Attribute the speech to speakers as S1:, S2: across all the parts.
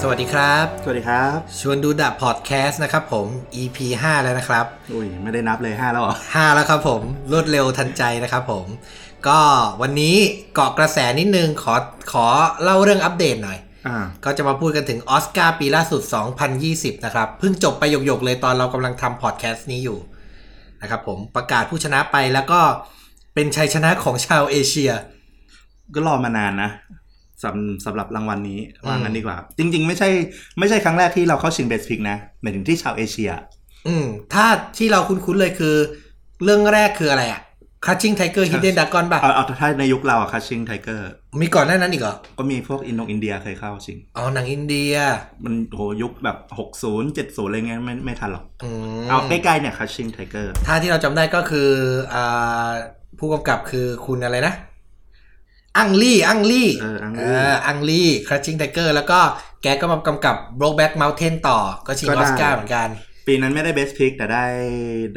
S1: สวัสดีครับ
S2: สวัสดีครับ
S1: ชวนดูดับพอดแคสต์นะครับผม EP 5 แล้วนะครับ
S2: อุ้ยไม่ได้นับเลยห้าแล้วเหรอ
S1: 5 แล้วครับผมรวดเร็วทันใจนะครับผม ก็วันนี้เกาะกระแสนิดนึงขอขอเล่าเรื่องอัปเดตหน่อย
S2: อ่า
S1: ก็จะมาพูดกันถึงออสการ์ปีล่าสุด 2020 นะครับ เพิ่งจบไปหยกๆเลยตอนเรากำลังทำพอดแคสต์นี้อยู่นะครับผมประกาศผู้ชนะไปแล้วก็เป็นชัยชนะของชาวเอเชีย
S2: ก็รอมานานนะสำสำหรับรางวัลนี้
S1: อืม
S2: ว่างั้นดีกว่า จริง ๆ ไม่ใช่ไม่ใช่ครั้งแรกที่เราเข้าชิงเบสพิกนะหมายถึงที่ชาวเอเชีย
S1: อืม ถ้าที่เราคุ้นๆเลยคือ เรื่องแรกคืออะไรอะ Crouching Tiger Hidden Dragon ป่ะ
S2: เอาเอาถ้าในยุคเราอะคัชชิงไทเกอร์
S1: มีก่อนหน้านั้นอีกเหรอ
S2: ก็มีพวกอินโดอินเดียเคยเข้าชิง
S1: อ๋อ หนังอินเดีย
S2: มันโหยุคแบบ 60 70 อะไรเงี้ยไม่ไม่ทันหรอก
S1: อืม
S2: เอาใกล้ๆเนี่ยคัชชิงไทเกอร์
S1: ถ้าที่เราจำได้ก็คืออ่าผู้กำกับคือคุณอะไรนะ อังลี่ อังลี่
S2: เอออัง
S1: เอก
S2: ฤษ
S1: ออังลี่ ครัชชิงไทเกอร์ แล้วก็แกก็มากำกับ Brokeback Mountain ต่อ ก็ชิง
S2: ก็
S1: อ
S2: ได้
S1: อสการ์เหมือนกัน
S2: ปีนั้นไม่ได้เบสพิกแต่ได้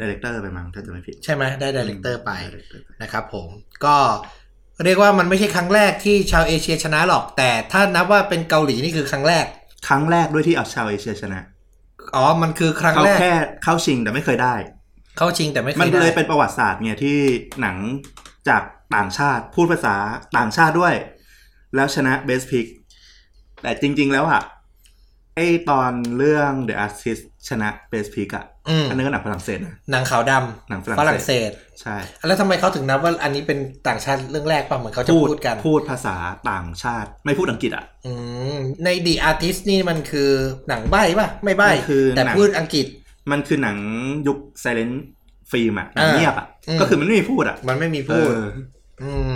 S2: ดีเลกเตอร์ไปมั้งถ้าจะไม่ผิด
S1: ใช่ไหม ได้ดีเลกเตอร์ไป
S2: ด้ director ไป
S1: นะครับผม ก็เรียกว่ามันไม่ใช่ครั้งแรกที่ชาวเอเชียชนะหรอก แต่ถ้านับว่าเป็นเกาหลีนี่คือครั้งแรก
S2: ครั้งแรกด้วยที่เอาชาวเอเชียชนะ
S1: อ๋อ มันคือครั้ง
S2: เขา
S1: แรก
S2: แค่เข้าชิงแต่ไม่เคยได้
S1: เข้าชิงแต่ไม่เค
S2: มัน
S1: ย
S2: เลยเป็
S1: ได้
S2: นประวัติศาสตร์เนี่ยที่หนังจากต่างชาติพูดภาษาต่างชาติด้วย แล้วชนะเบสพิกแต่จริง ๆ แล้วอะไอตอนเรื่อง The Artist ชนะเบสพิกอะ
S1: อืม
S2: อันนั้นก็หนังฝรั่งเศสนะ
S1: หนังขาวด
S2: หนังฝรั่
S1: ำ
S2: งเศส
S1: ฝรั่งเศส
S2: ใช่
S1: แล้วทำไมเขาถึงนับว่าอันนี้เป็นต่างชาติเรื่องแรกป่ะเหมือนเขาจะพูดกัน
S2: พูดภาษาต่างชาติ ไม่พูดอังกฤษอะ
S1: อืมใน The Artist นี่มันคือหนังใบ้ป่ะ ไม่ใบ้
S2: มันคือ
S1: แต่
S2: หนัง
S1: พูดอังกฤษ
S2: มันคือหนังยุค silent film อะหนัง
S1: อ่า
S2: เงียบอะ
S1: อืม
S2: ก็คือมันไม่มีพูดอะ
S1: มันไม่มีพูด
S2: เออ
S1: อืม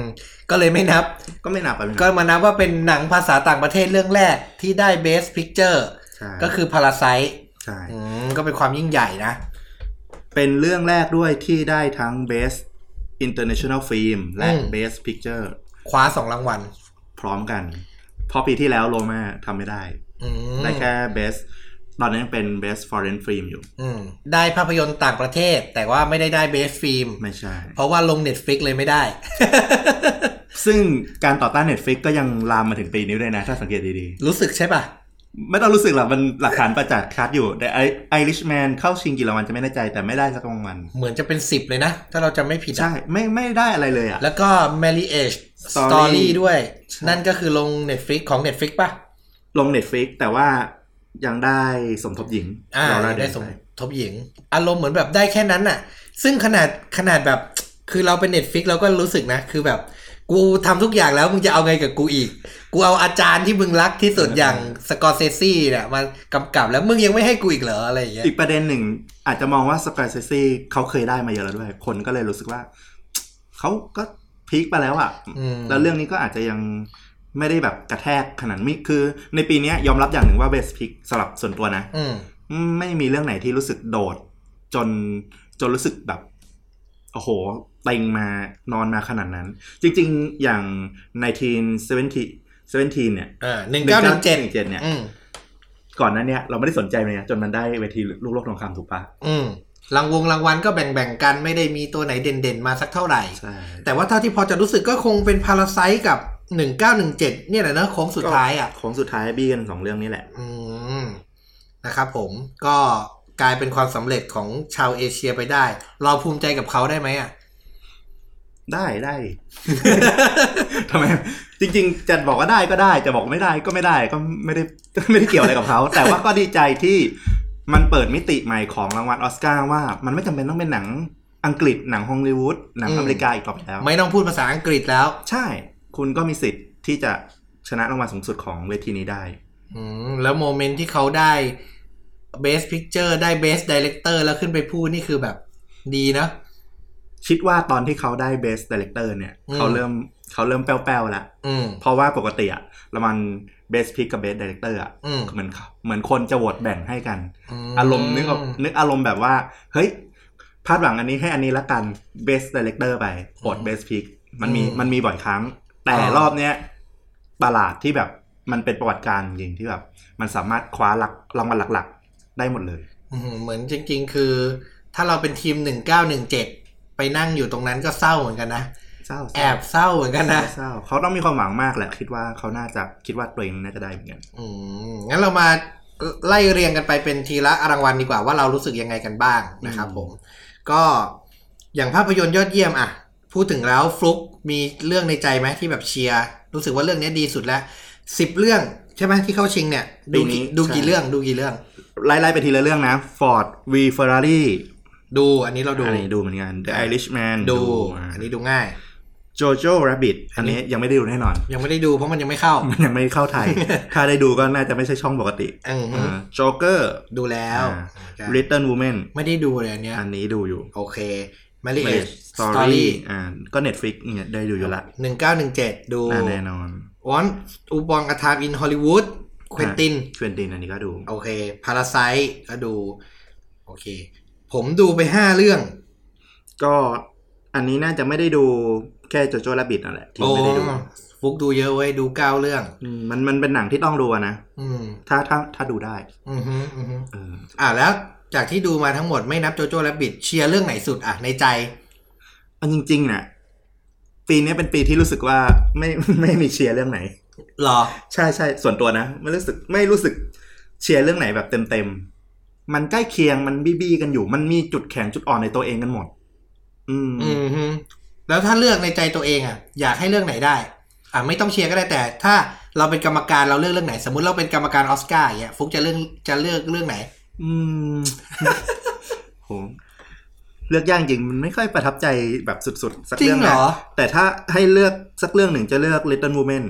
S1: ก็เลยไม่นับ
S2: ก็ไม่นับอะไม่นับ
S1: ก็มานับว่าเป็นหนังภาษาต่างประเทศเรื่องแรกที่ได้ Best Picture
S2: ใช่
S1: ก็คือ Parasite
S2: ใช่
S1: อืมก็เป็นความยิ่งใหญ่นะ
S2: เป็นเรื่องแรกด้วยที่ได้ทั้ง Best International Film และ
S1: อืม
S2: Best Picture
S1: คว้าสองรางวัล
S2: พร้อมกัน เพราะปีที่แล้วโลมาทำไม่ได้
S1: อืม
S2: ได้แค่ Best ตอนนั้นยังเป็น Best Foreign Film อยู่
S1: อืมได้ภาพยนตร์ต่างประเทศ แต่ว่าไม่ได้ได้ Best Film
S2: ไม่ใช่
S1: เพราะว่าลง Netflix เลยไม่ได้
S2: ซึ่งการต่อต้าน Netflix ก็ยังลามมาถึงปีนี้ด้วยนะ ถ้าสังเกตดี
S1: รู้สึกใช่ป่ะ
S2: ๆ ไม่ต้องรู้สึกหรอกมันหลักฐานประจักษ์ชัดอยู่แต่ไอริชแมนเข้าชิงกี่รางวัลจะไม่แน่ใจแต่ไม่ได้สักรางวัล
S1: เหมือนจะเป็นสิบเลยนะ ถ้าเราจะไม่ผิดอะ
S2: ใช่ไม่ไม่ได้อะไรเลยอ่ะ
S1: แล้วก็ Marriage
S2: Story
S1: Story ด้วย
S2: ใช่
S1: นั่นก็คือลง Netflix ของ Netflix ป่ะ
S2: ลง Netflix แต่ว่ายังได้สมทบหญิง
S1: อ่า
S2: Laura
S1: ได้
S2: Dern
S1: สมทบหญิง อารมณ์เหมือนแบบได้แค่นั้นน่ะ ซึ่งขนาดขนาดแบบ คือเราเป็น Netflix เราก็รู้สึกนะ คือแบบ กูทำทุกอย่างแล้วมึงจะเอาไงกับกูอีก กูเอาอาจารย์ที่มึงรักที่สุดอย่างสกอร์เซซี่เนี่ยมากำกับแล้วมึงยังไม่ให้กูอีกเหรออะไรอย่างเงี้ย
S2: อีกประเด็นหนึ่งอาจจะมองว่าสกายเซซี่เขาเคยได้มาเยอะแล้วด้วย คนก็เลยรู้สึกว่า เขาก็พีคไปแล้วอะ่ะ
S1: อืม
S2: แล้วเรื่องนี้ก็อาจจะยังไม่ได้แบบกระแทกขนาดมิคือ ในปีเนี้ยยอมรับอย่างหนึ่งว่าเบสพิกสำหรับส่วนตัวนะ
S1: อืม
S2: ไม่มีเรื่องไหนที่รู้สึกโดด จนจนรู้สึกแบบโอ้โหเต็งมานอนมาขนาดนั้น จริงๆอย่าง 1970 17เนี่ย
S1: อ่าหนึ่งเก้าหนึ่งเจ็ด
S2: 1917เนี่ย
S1: อืม
S2: ก่อนหนั้นเนี่ยเราไม่ได้สนใจมันเนี่ยจนมันได้เวทีลูกโลกทองคำถูกปะ
S1: อืมรางวงรางวัลก็แบ่งๆกันไม่ได้มีตัวไหนเด่นๆมาสักเท่าไหร่
S2: ใช่
S1: แต่ว่าเท่าที่พอจะรู้สึกก็คงเป็นพาราไซกับ 1917 เนี่ยแหละเนอะโค้งสุดท้ายอ่ะ
S2: ของสุดท้ายบี้กันสองเรื่องนี้แหละ
S1: อืม นะครับผมก็กลายเป็นความสำเร็จของชาวเอเชียไปได้ เราภูมิใจกับเขาได้ไหมอ่ะ
S2: ได้ได้ ทำไม จริง ๆ จะบอกว่าได้ก็ได้ จะบอกไม่ได้ก็ไม่ได้ก็ไม่ได้ ไม่ได้เกี่ยวอะไรกับเขา แต่ว่าก็ดีใจที่มันเปิดมิติใหม่ของรางวัลออสการ์ว่า มันไม่จำเป็นต้องเป็นหนังอังกฤษหนังฮอลลีวูดหนัง
S1: อืม
S2: อเมริกาอีกต่อไปแล้ว
S1: ไม่ต้องพูดภาษาอังกฤษแล้ว
S2: ใช่ คุณก็มีสิทธิ์ที่จะชนะรางวัลสูงสุดของเวทีนี้ได้
S1: อืม แล้วโมเมนต์ที่เขาได้ Best Picture ได้ Best Director แล้วขึ้นไปพูดนี่คือแบบดีนะ
S2: คิดว่าตอนที่เขาได้ Best Director เนี่ย
S1: อืม
S2: เขาเริ่มเขาเริ่มแป้วๆแล้ว
S1: อืม
S2: เพราะว่าปกติอะรางวัล Best Pick กับ Best Director อะ
S1: อืม
S2: เหมือนเขาเหมือนคนจะโหวตแบ่งให้กัน
S1: ม
S2: อารมณ์นึกออกนึกอารมณ์แบบว่า เฮ้ยพาดหวังอันนี้ให้อันนี้ละกัน best director ไปโหวต best pick มันมี
S1: อืม
S2: มันมีบ่อยครั้ง แต่
S1: อ่าร ร
S2: อบเนี้ยตลาดที่แบบมันเป็นประวัติการณ์จริงที่แบบ มันสามารถคว้าหลักรางวัลหลัก ๆ ได้หมดเลย
S1: อื้อหือเหมือนจริงๆ คือ ถ้าเราเป็นทีม 1917 ไปนั่งอยู่ตรงนั้นก็เศร้าเหมือนกันนะ
S2: เศร้า
S1: แอบเศร้าเหมือนกันนะ
S2: เศร้าเขาต้องมีความหวังมากแหละคิดว่าเขาน่าจะคิดว่าตัวเองน่าจะได้เหมือนกัน
S1: อืมงั้นเรามาไล่เรียงกันไปเป็นทีละรางวัลดีกว่าว่าเรารู้สึกยังไงกันบ้างนะครับผม ก็อย่างภาพยนตร์ยอดเยี่ยมอ่ะ พูดถึงแล้วฟลุกมีเรื่องในใจไหมที่แบบเชียร์รู้สึกว่าเรื่องนี้ดีสุดแล้วสิบเรื่องใช่ไหมที่เข้าชิงเนี่ย ดูกี่ดูกี่เรื่องดูกี่เรื่อง
S2: ไล่ๆไปทีละเรื่องนะ Ford V Ferrari
S1: ดูอันนี้เราดู
S2: อันนี้ดูเหมือนกัน The Irishman
S1: ดู
S2: อ่า
S1: อันนี้ดูง่าย
S2: Jojo Rabbit อันนี้ยังไม่ได้ดูแน่นอน
S1: ยังไม่ได้ดูเพราะมันยังไม่เข้า
S2: มันยังไม่เข้าไทย ถ้าได้ดูก็น่าจะไม่ใช่ช่องปกติ
S1: อืม
S2: โจ๊กเกอร์
S1: ดูแล้ว
S2: อ่า Little Women
S1: ไม่ได้ดูเลยอันเนี้ย
S2: อันนี้ดูอยู่
S1: โอเคมาริเอ
S2: Marriage
S1: สตอรี่
S2: Story อ่าก็ Netflix เนี่ยได้ดูอยู่ละ
S1: หนึ่งเก้าหนึ่งเจ็ดดู
S2: อ่าแน่นอน
S1: วอนอูบองอาทามอินฮอลลีวูดเควินติน
S2: เควินตินอันนี้ก็ดู
S1: โอเคพาราไซก็ดู โอเค ผมดูไปห้าเรื่อง
S2: ก็อันนี้น่าจะไม่ได้ดูแค่โจโจ้และบิดนั่นแหละที่ไม่ได้ดู
S1: โอ้ฟุกดูเยอะเว้ย ดูเก้าเรื่อง
S2: อืมมันมันเป็นหนังที่ต้องดูอะนะ
S1: อืม
S2: ถ้าถ้าถ้าดูได้
S1: อืมอืม
S2: เออ
S1: อ่าแล้วจากที่ดูมาทั้งหมดไม่นับโจโจ้และบิดเชียร์เรื่องไหนสุดอ่ะ ในใจ
S2: เอาจริงๆนะปีนี้เป็นปีที่รู้สึกว่าไม่ ไม่มีเชียร์เรื่องไหน
S1: หรอ
S2: ใช่ใช่ส่วนตัวนะไม่รู้สึกไม่รู้สึกเชียร์เรื่องไหนแบบเต็มๆ มันใกล้เคียงมันบี้บี้กันอยู่ มันมีจุดแข็งจุดอ่อนในตัวเองกันหมด อืม
S1: อืมฮึแล้วถ้าเลือกในใจตัวเองอ่ะ อยากให้เรื่องไหนได้ อ่ะไม่ต้องเชียร์ก็ได้แต่ ถ้าเราเป็นกรรมการเราเลือกเรื่องไหน สมมติเราเป็นกรรมการออสการ์อย่างเงี้ยฟุกจะเลือกจะเลือกเรื่องไหน
S2: อืมโหเลือกยากจริงมันไม่ค่อยประทับใจแบบสุดๆ สัก
S1: จริ
S2: เรื่
S1: ง
S2: อง
S1: เหร
S2: นะ
S1: อ
S2: แต่ถ้าให้เลือกสักเรื่องหนึ่งจะเลือก Little Women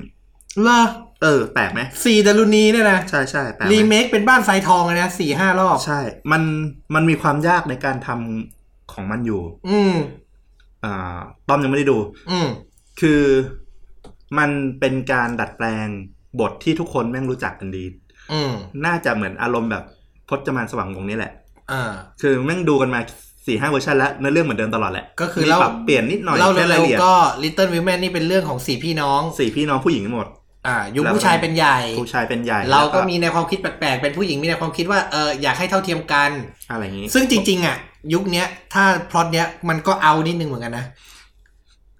S1: เลอ
S2: เออ แปลกไหม
S1: สีดารุณีเนี่ยนะ
S2: ใช่ใช่แปลก
S1: รี
S2: ไหม
S1: เมคเป็นบ้านทรายทองเลยนะสี่ห้ารอบ
S2: ใช่ มันมันมีความยากในการทำของมันอยู่
S1: อืม
S2: อ่าต้อมยังไม่ได้ดู
S1: อืม
S2: คือมันเป็นการดัดแปลงบทที่ทุกคนแม่งรู้จักกันดี
S1: อืม
S2: น่าจะเหมือนอารมณ์แบบพจมานสว่างวงศ์นี่แหละ
S1: อ่า
S2: คือแม่งดูกันมาสี่ห้าเวอร์ชันแล้วเนื้อเรื่องเหมือนเดิมตลอดแหละ
S1: ก็คือ
S2: มี
S1: เล่า
S2: ปรับเปลี่ยนนิดหน่อย
S1: เล่า
S2: แค่
S1: เร็
S2: รายว ละเอียด
S1: ๆก็ Little Women นี่เป็นเรื่องของสี่พี่น้อง
S2: สี่พี่น้องผู้หญิงทั้งหมด
S1: อ่า ยุค
S2: แล้ว
S1: ผู้ชายเป็นใหญ่
S2: ผู้ชายเป็นใหญ่
S1: เราก็
S2: แล้ว
S1: มีแนวความคิดแปลกๆเป็นผู้หญิงมีแนวความคิดว่าเอออยากให้เท่าเทียมกัน
S2: อะไรอย่างนี้
S1: ซึ่งจริง ๆ อ่ะ ยุคเนี้ย ถ้าพล็อตเนี้ยมันก็เอานิดนึงเหมือนกันนะ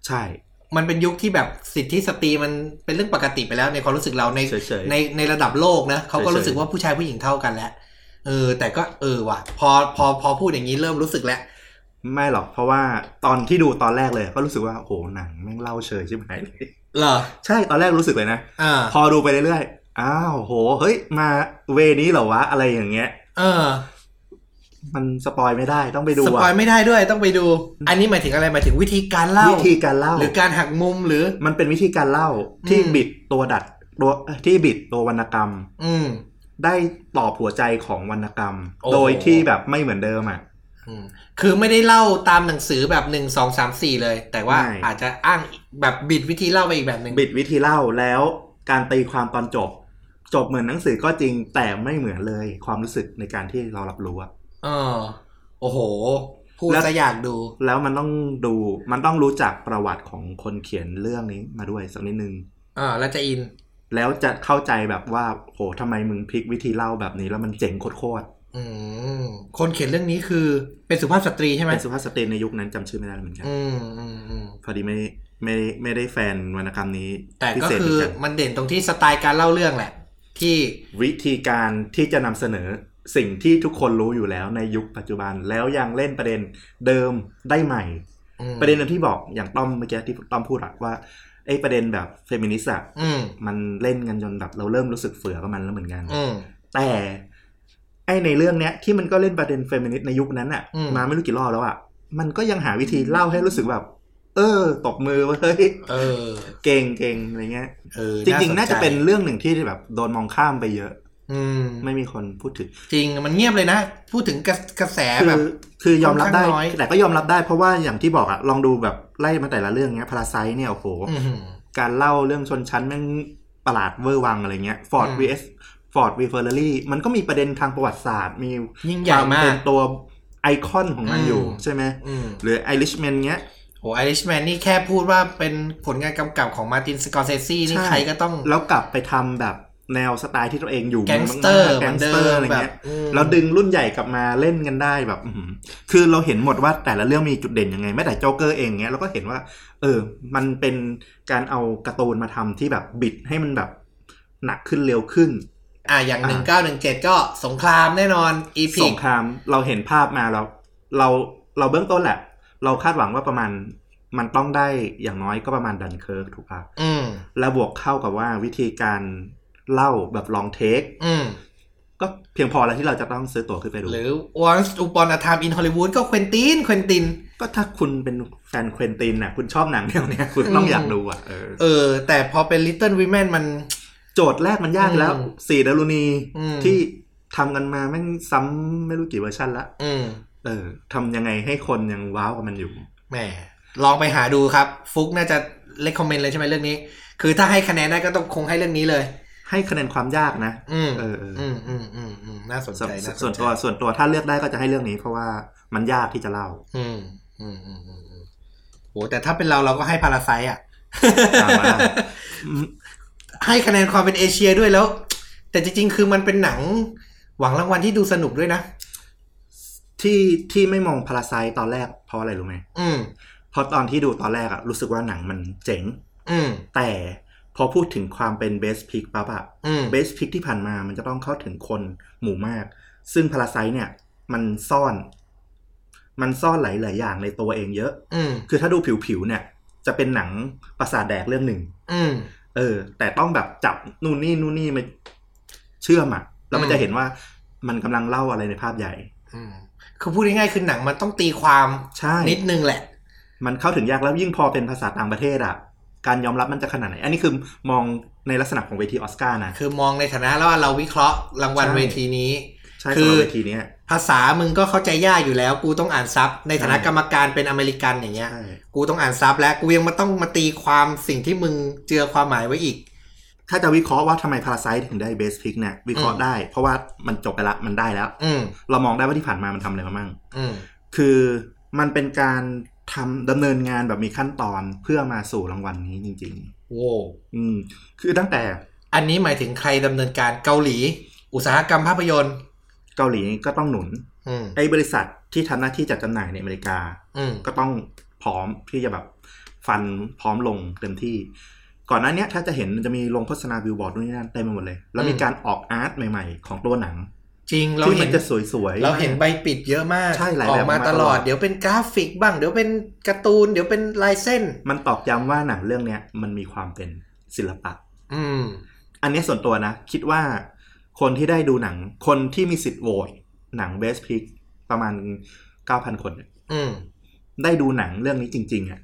S2: ใช่
S1: มันเป็นยุคที่แบบสิทธิสตรีมันเป็นเรื่องปกติไปแล้วในความรู้สึกเราใน
S2: เฉย
S1: ในในระดับโลกนะเขาก็
S2: เฉยๆ
S1: รู้สึกว่าผู้ชายผู้หญิงเท่ากันแล้วเออ แต่ก็เออว่ะ พอพอพอพูดอย่างนี้เริ่มรู้สึกแล้ว
S2: ๆไม่หรอกเพราะว่าตอนที่ดูตอนแรกเลย ก็รู้สึกว่าโอ้โหหนังแม่งเล่าเฉยใช่ไหม
S1: เหรอ
S2: ใช่ตอนแรกรู้สึกเลยนะ
S1: อ่า
S2: พอดูไปเรื่อยๆอ้าวโหเฮ้ยมาเวนี้เหรอวะอะไรอย่างเงี้ย
S1: เออ
S2: มันสปอยไม่ได้ต้องไปดู
S1: สปอย
S2: อะ
S1: ไม่ได้ด้วยต้องไปดู อันนี้หมายถึงอะไรหมายถึงวิธีการเล่า
S2: วิธีการเล่า
S1: หรือการหักมุมหรือ
S2: มันเป็นวิธีการเล่า
S1: อืม
S2: ที่บิดตัวดัดตัวเอ่อที่บิดตัววรรณกรรม
S1: อืม
S2: ได้ตอบหัวใจของวรรณกรรม
S1: โอ้
S2: โดยที่แบบไม่เหมือนเดิมอ่ะ
S1: อืมคือไม่ได้เล่าตามหนังสือแบบหนึ่งสองสามสี่เลย แต่ว่า
S2: ไม่
S1: อาจจะอ้างแบบบิดวิธีเล่าไปอีกแบบหนึ่ง
S2: บิดวิธีเล่าแล้วการตีความตอนจบ จบเหมือนหนังสือก็จริงแต่ไม่เหมือนเลยความรู้สึกในการที่เรารับรู้อะ
S1: เออโอ้โห พูดจะอยากดู
S2: แล้วมันต้องดูมันต้องรู้จักประวัติของคนเขียนเรื่องนี้มาด้วยสักนิดนึง
S1: อ่าแล้วจะอิน
S2: แล้วจะเข้าใจแบบว่าโหทำไมมึงพลิกวิธีเล่าแบบนี้แล้วมันเจ๋งโคตรๆ
S1: อืม คนเขียนเรื่องนี้คือเป็นสุภาพสตรีใช่ไหม
S2: เป็นสุภาพสตรีในยุคนั้นจำชื่อไม่ได้เหมือนกัน
S1: อืมอืมอืม
S2: พอดีไม่ไม่ไม่ได้แฟนวรรณกรรมนี้
S1: แต่
S2: พิ
S1: ก็
S2: เศษ
S1: คือ
S2: เหมืนน
S1: มันเด่นตรงที่สไตล์การเล่าเรื่องแหละ ที่
S2: วิธีการที่จะนำเสนอสิ่งที่ทุกคนรู้อยู่แล้วในยุคปัจจุบันแล้วยังเล่นประเด็นเดิมได้ใหม่
S1: อืม
S2: ประเด็นเดิมที่บอกอย่างต้อมเมื่อกี้ที่ต้อมพูดอะว่าไอ้ประเด็นแบบเฟมินิสต์อะ
S1: อืม
S2: มันเล่นกันจนแบบเราเริ่มรู้สึกเฟือกับมันแล้วเหมือนกัน
S1: อืม
S2: แต่ไอ้ในเรื่องเนี้ยที่มันก็เล่นประเด็นเฟมินิสต์ในยุคนั้นอะ
S1: อืม
S2: มาไม่รู้กี่รอบแล้วอะมันก็ยังหาวิธีเล่าให้รู้สึกแบบ เออตบมือเว้ย
S1: เออ
S2: เก่งเก่งอะไรเงี้ย
S1: เออ
S2: จริง ๆ น่าจะ
S1: สใ
S2: เป็นเรื่องหนึ่งที่แบบโดนมองข้ามไปเยอะ
S1: อืม
S2: ไม่มีคนพูดถึง
S1: จริงมันเงียบเลยนะ พูดถึงกระกระแส
S2: คื
S1: แบบ
S2: อคือยอมรับได้
S1: ค่อนข้างน้อย
S2: แต่ก็ยอมรับได้เพราะว่าอย่างที่บอกอะลองดูแบบไล่มาแต่ละเรื่องเงี้ยพาราไซเนี่ยโอ้โห
S1: อื้อหือ
S2: การเล่าเรื่องชนชั้นแม่งประหลาดเวอร์วังอะไรเงี้ยฟอร์ด
S1: อืม
S2: วีเอสฟอร์ดวีเฟอร์รี่มันก็มีประเด็นทางประวัติศาสตร์ มี
S1: ยิ่งใหญ่
S2: คว
S1: มา
S2: เป็
S1: ก
S2: นตัวไอคอนของมันอยู่
S1: อืม
S2: ใช่ไหม
S1: อืม
S2: หรือไอริชแมนเงี้ย
S1: โหไอริชแมนนี่แค่พูดว่าเป็นผลงานกำกับของมาร์ตินสกอร์เซซีนี่
S2: ใช่
S1: ใครก็ต้อง
S2: แล้วกลับไปทำแบบ แนวสไตล์ที่ตัวเองอยู่
S1: แก๊งสเตอร์เห
S2: มาๆ
S1: มื
S2: แก๊
S1: อง น
S2: ส
S1: เดิ
S2: เตอร์
S1: ม
S2: อะไร
S1: แบบ
S2: เงี้ย
S1: อืม
S2: แล้วดึงรุ่นใหญ่กลับมาเล่นกันได้แบบอื้อหือคือเราเห็นหมดว่าแต่ละเรื่องมีจุดเด่นยังไงแม้แต่โจ๊กเกอร์เองเนี้ยเราก็เห็นว่า เออ มันเป็นการเอาการ์ตูนมาทำที่แบบบิดให้มันแบบหนักขึ้นเร็วขึ้น
S1: อ่ะอย่างห
S2: อ่ะ
S1: นึ่งเก้าหนึ่งเจ็ดก็สงครามแน่นอนอี
S2: ส
S1: พิ
S2: ง
S1: ก
S2: ครามเราเห็นภาพมาเรา เราเราเบื้องต้นแหละ เราคาดหวังว่าประมาณมันต้องได้อย่างน้อยก็ประมาณดันเคิร์กถูกปะ
S1: อืม
S2: แล้วบวกเข้ากับว่าวิธีการเล่าแบบลองเทค
S1: อืม
S2: ก็เพียงพอแล้วที่เราจะต้องซื้อตั๋วขึ้นไปดู
S1: หรือ once upon a time in Hollywood ก็เควินตินเควินติน
S2: ก็ถ้าคุณเป็นแฟนเควินตินน่ะ คุณชอบหนังแนวเนี้ย คุณต้องอยากดูอ่ะเออ
S1: เออ แต่พอเป็น Little Women มัน
S2: โจทย์แรกมันยากแล้ว
S1: อืม
S2: สี่ดารุณี
S1: อืม
S2: ที่ทำกันมาแม่งซ้ำไม่รู้กี่เวอร์ชันละ
S1: อืม
S2: เออทำยังไงให้คนยังว้าวกับมันอยู่
S1: แหมลองไปหาดูครับ ฟุกน่าจะ recommend เลยใช่ไหมเรื่องนี้ คือถ้าให้คะแนนได้ก็ต้องคงให้เรื่องนี้เลย
S2: ให้คะแนนความยากนะ
S1: อืม
S2: เออเอออื
S1: มอืมอืมอืมน่าสน
S2: ส
S1: ใจน่า
S2: ส่วนตัวส่วนตัวถ้าเลือกได้ก็จะให้เรื่องนี้เพราะว่ามันยากที่จะ เล่า
S1: อืมอืมอืมอืมอืมโหแต่ถ้าเป็นเราเราก็ให้พาราไซอ่ะ
S2: ตามมา อืม
S1: ให้คะแนนความเป็นเอเชียด้วยแล้ว แต่จริงๆ คือมันเป็นหนัง หวังรางวัลที่ดูสนุกด้วยนะ
S2: ที่ที่ไม่มองพาราไซตอนแรกเพราะอะไรรู้ไหม
S1: อืม
S2: เพราะตอนที่ดูตอนแรกอะรู้สึกว่าหนังมันเจ๋ง
S1: อืม
S2: แต่พอพูดถึงความเป็นเบสพิกปั๊บอะ
S1: อืม
S2: เบสพิกที่ผ่านมามันจะต้องเข้าถึงคนหมู่มาก ซึ่งพาราไซเนี่ย มันซ่อน มันซ่อนหลายๆอย่างในตัวเองเยอะ
S1: อืม
S2: คือถ้าดูผิวๆเนี่ย จะเป็นหนังประสาทแดกเรื่องหนึ่ง
S1: อืม
S2: เออ แต่ต้องแบบจับนู่นนี่นู่นนี่มาเชื่อมอะแล้วมัน
S1: อืม
S2: จะเห็นว่ามันกำลังเล่าอะไรในภาพใหญ่
S1: อืมคือพูดง่ายๆคือหนังมันต้องตีความ
S2: ใช่
S1: นิดนึงแหละ
S2: มันเข้าถึงยากแล้วยิ่งพอเป็นภาษาต่างประเทศอะการยอมรับมันจะขนาดไหน อันนี้คือมองในลักษณะของเวทีออสการ์นะ
S1: คือมองในฐานะแล้วว่าเราวิเคราะห์รางวัล
S2: ใช่
S1: เวทีนี้
S2: ใช่
S1: คือ
S2: สำหรับเวทีเนี้ย
S1: ภาษามึงก็เข้าใจยากอยู่แล้ว กูต้องอ่านซับในฐานะ
S2: ใช่
S1: กรรมการเป็นอเมริกันอย่างเงี้ย
S2: ใช่
S1: กูต้องอ่านซับแล้ว กูยังมาต้องมาตีความสิ่งที่มึงเจือความหมายไว้อีก
S2: ถ้าจะวิเคราะห์ว่าทำไมพาราไซ t ์ถึงได้เบสพิกเนี่ยวิเคราะห์
S1: อืม
S2: ได้ เพราะว่ามันจบไปละมันได้แล้ว
S1: อืม
S2: เรามองได้ว่าที่ผ่านมามันทำอะไรมามั่ง
S1: อืม
S2: คือมันเป็นการทำดำเนินงานแบบมีขั้นตอนเพื่อมาสู่รางวัลนี้จริง
S1: โว้ว
S2: ๆ อืมคือตั้งแต่
S1: อันนี้หมายถึงใครดำเนินการเกาหลี อุตสาหกรรมภาพยนตร์
S2: เกาหลีก็ต้องหนุน
S1: อืม
S2: ไอ้บริษัทที่ทำหน้าที่จัดจำหน่ายในอเมริกา
S1: อืม
S2: ก็ต้องพร้อมที่จะแบบฟันพร้อมลงเต็มที่ ก่อนหน้าเนี้ยถ้าจะเห็นมันจะมีลงโฆษณาบิลบอร์ดนู่นนี่นั่นเต็มไปหมดเลย แล้วมีการออกอาร์ตใหม่ ๆ ของตัวหนัง
S1: จริงเรา
S2: ที่มั
S1: เห็
S2: น
S1: น
S2: จะสวยๆ
S1: เราเห็นใบปิดเยอะมาก
S2: ใช่หลาย
S1: ออ
S2: แบบ
S1: กมา
S2: มา
S1: ต
S2: ต
S1: ล
S2: ล
S1: อ
S2: อ
S1: ด
S2: ด
S1: เดี๋ยวเป็นกราฟิกบ้าง เดี๋ยวเป็นการ์ตูน เดี๋ยวเป็นลายเส้น
S2: มันตอกย้ำว่าหนังเรื่องเนี้ยมันมีความเป็นศิลปะ
S1: อืม
S2: อันเนี้ยส่วนตัวนะ คิดว่าคนที่ได้ดูหนัง คนที่มีสิทธิ์โหวตหนังเบสพิกประมาณ 9,000 คนเนี่ย
S1: อืม
S2: ได้ดูหนังเรื่องนี้จริง ๆ อ่ะ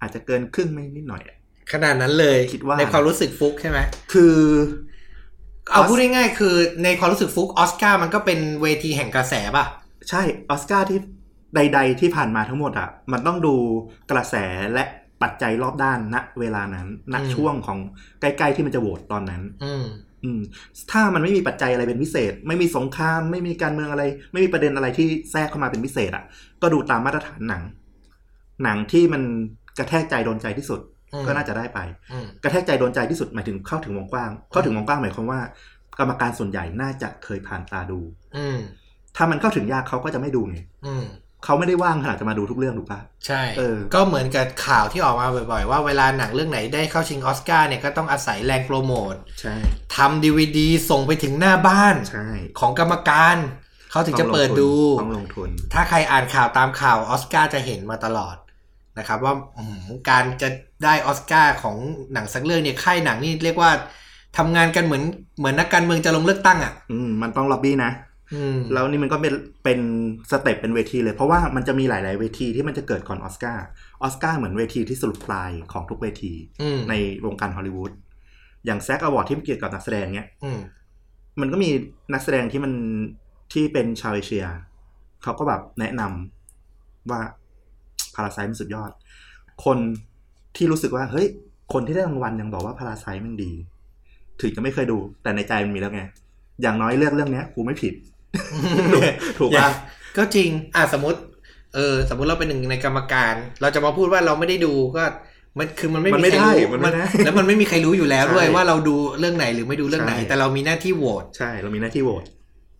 S2: อาจจะเกินครึ่งไม่นิดหน่อยอะ
S1: ขนาดนั้นเลย
S2: คิดว่า
S1: ในความรู้สึกฟุกใช่ไหม
S2: คือ
S1: เอาพูดง่ายๆคือในความรู้สึกฟุกออสการ์มันก็เป็นเวทีแห่งกระแสป่ะ
S2: ใช่ออสการ์ที่ใด ๆ ที่ผ่านมาทั้งหมดอ่ะ มันต้องดูกระแสและปัจจัยรอบด้านณเวลานั้นณ
S1: อืม
S2: ช่วงของใกล้ๆที่มันจะโหวตตอนนั้น
S1: อืม
S2: อืมถ้ามันไม่มีปัจจัยอะไรเป็นพิเศษ ไม่มีสงคราม ไม่มีการเมืองอะไร ไม่มีประเด็นอะไรที่แทรกเข้ามาเป็นพิเศษอะ่ะ ก็ดูตามมาตรฐานหนัง หนังที่มันกระแทกใจโดนใจที่สุด
S1: อืม
S2: ก็น่าจะได้ไป
S1: อืม
S2: กระแทกใจโดนใจที่สุดหมายถึงเข้าถึงวงกว้างเข้าถึงวงกว้างหมายความว่า กรรมการส่วนใหญ่น่าจะเคยผ่านตาดู
S1: อืม
S2: ถ้ามันเข้าถึงยากเขาก็จะไม่ดูไง
S1: อืม
S2: เขาไม่ได้ว่างขนาดจะมาดูทุกเรื่องถูกปะ
S1: ใช่
S2: เออ
S1: ก็เหมือนกับข่าวที่ออกมาบ่อยๆ ว่าเวลาหนังเรื่องไหนได้เข้าชิงออสการ์เนี่ยก็ต้องอาศัยแรงโปรโมท
S2: ใช่
S1: ทำดีวดีส่งไปถึงหน้าบ้าน
S2: ใช่
S1: ของกรรมการ เขาถึงจะเปิดดู
S2: ต้องลงทุน
S1: ถ้าใครอ่านข่าวตามข่าวออสการ์จะเห็นมาตลอดนะครับว่าอืมการจะได้ออสการ์ของหนังสักเรื่องเนี่ยค่ายหนังนี่เรียกว่าทำงานกันเหมือนเหมือนนักการเมืองจะลงเลือกตั้งอ่ะ
S2: อืมมันต้องล็อบบี้นะ
S1: อืม
S2: แล้วนี่มันก็เป็นเป็นสเต็ปเป็นเวทีเลย เพราะว่ามันจะมีหลาย ๆ เวทีที่มันจะเกิดก่อนออสการ์ออสการ์เหมือนเวทีที่สรุปปลายของทุกเวที
S1: อืม
S2: ในวงการฮอลลีวูดอย่างแซกอวอร์ดที่เกี่ยวกับนักแสดงเนี้ย
S1: อืม
S2: มันก็มีนักแสดงที่มันที่เป็นชาวเอเชียเขาก็แบบแนะนำว่าพาราไซมันสุดยอด คนที่รู้สึกว่า เฮ้ย คนที่ได้รางวัลยังบอกว่าพาราไซมันดี ถึงจะไม่เคยดูแต่ในใจมันมีแล้วไงอย่างน้อยเลือกเรื่องเนี้ยกูไม่ผิด ถูกถูก
S1: อย่า
S2: ปะ
S1: งก็จริง อ่ะสมมติ เออ สมมติเราเป็นหนึ่งในกรรมการ เราจะมาพูดว่าเราไม่ได้ดูก็ มันคือมันไม่
S2: มันไม่
S1: ใครรู้
S2: ได้มันไม่ได้
S1: แล้วมันไม่มีใครรู้อยู่แล้วด้วย
S2: ใช่
S1: ว่าเราดูเรื่องไหนหรือไม่ดูเรื่องไหน
S2: ใช่
S1: แต่เรามีหน้าที่โหวต
S2: ใช่เรามีหน้าที่โหวต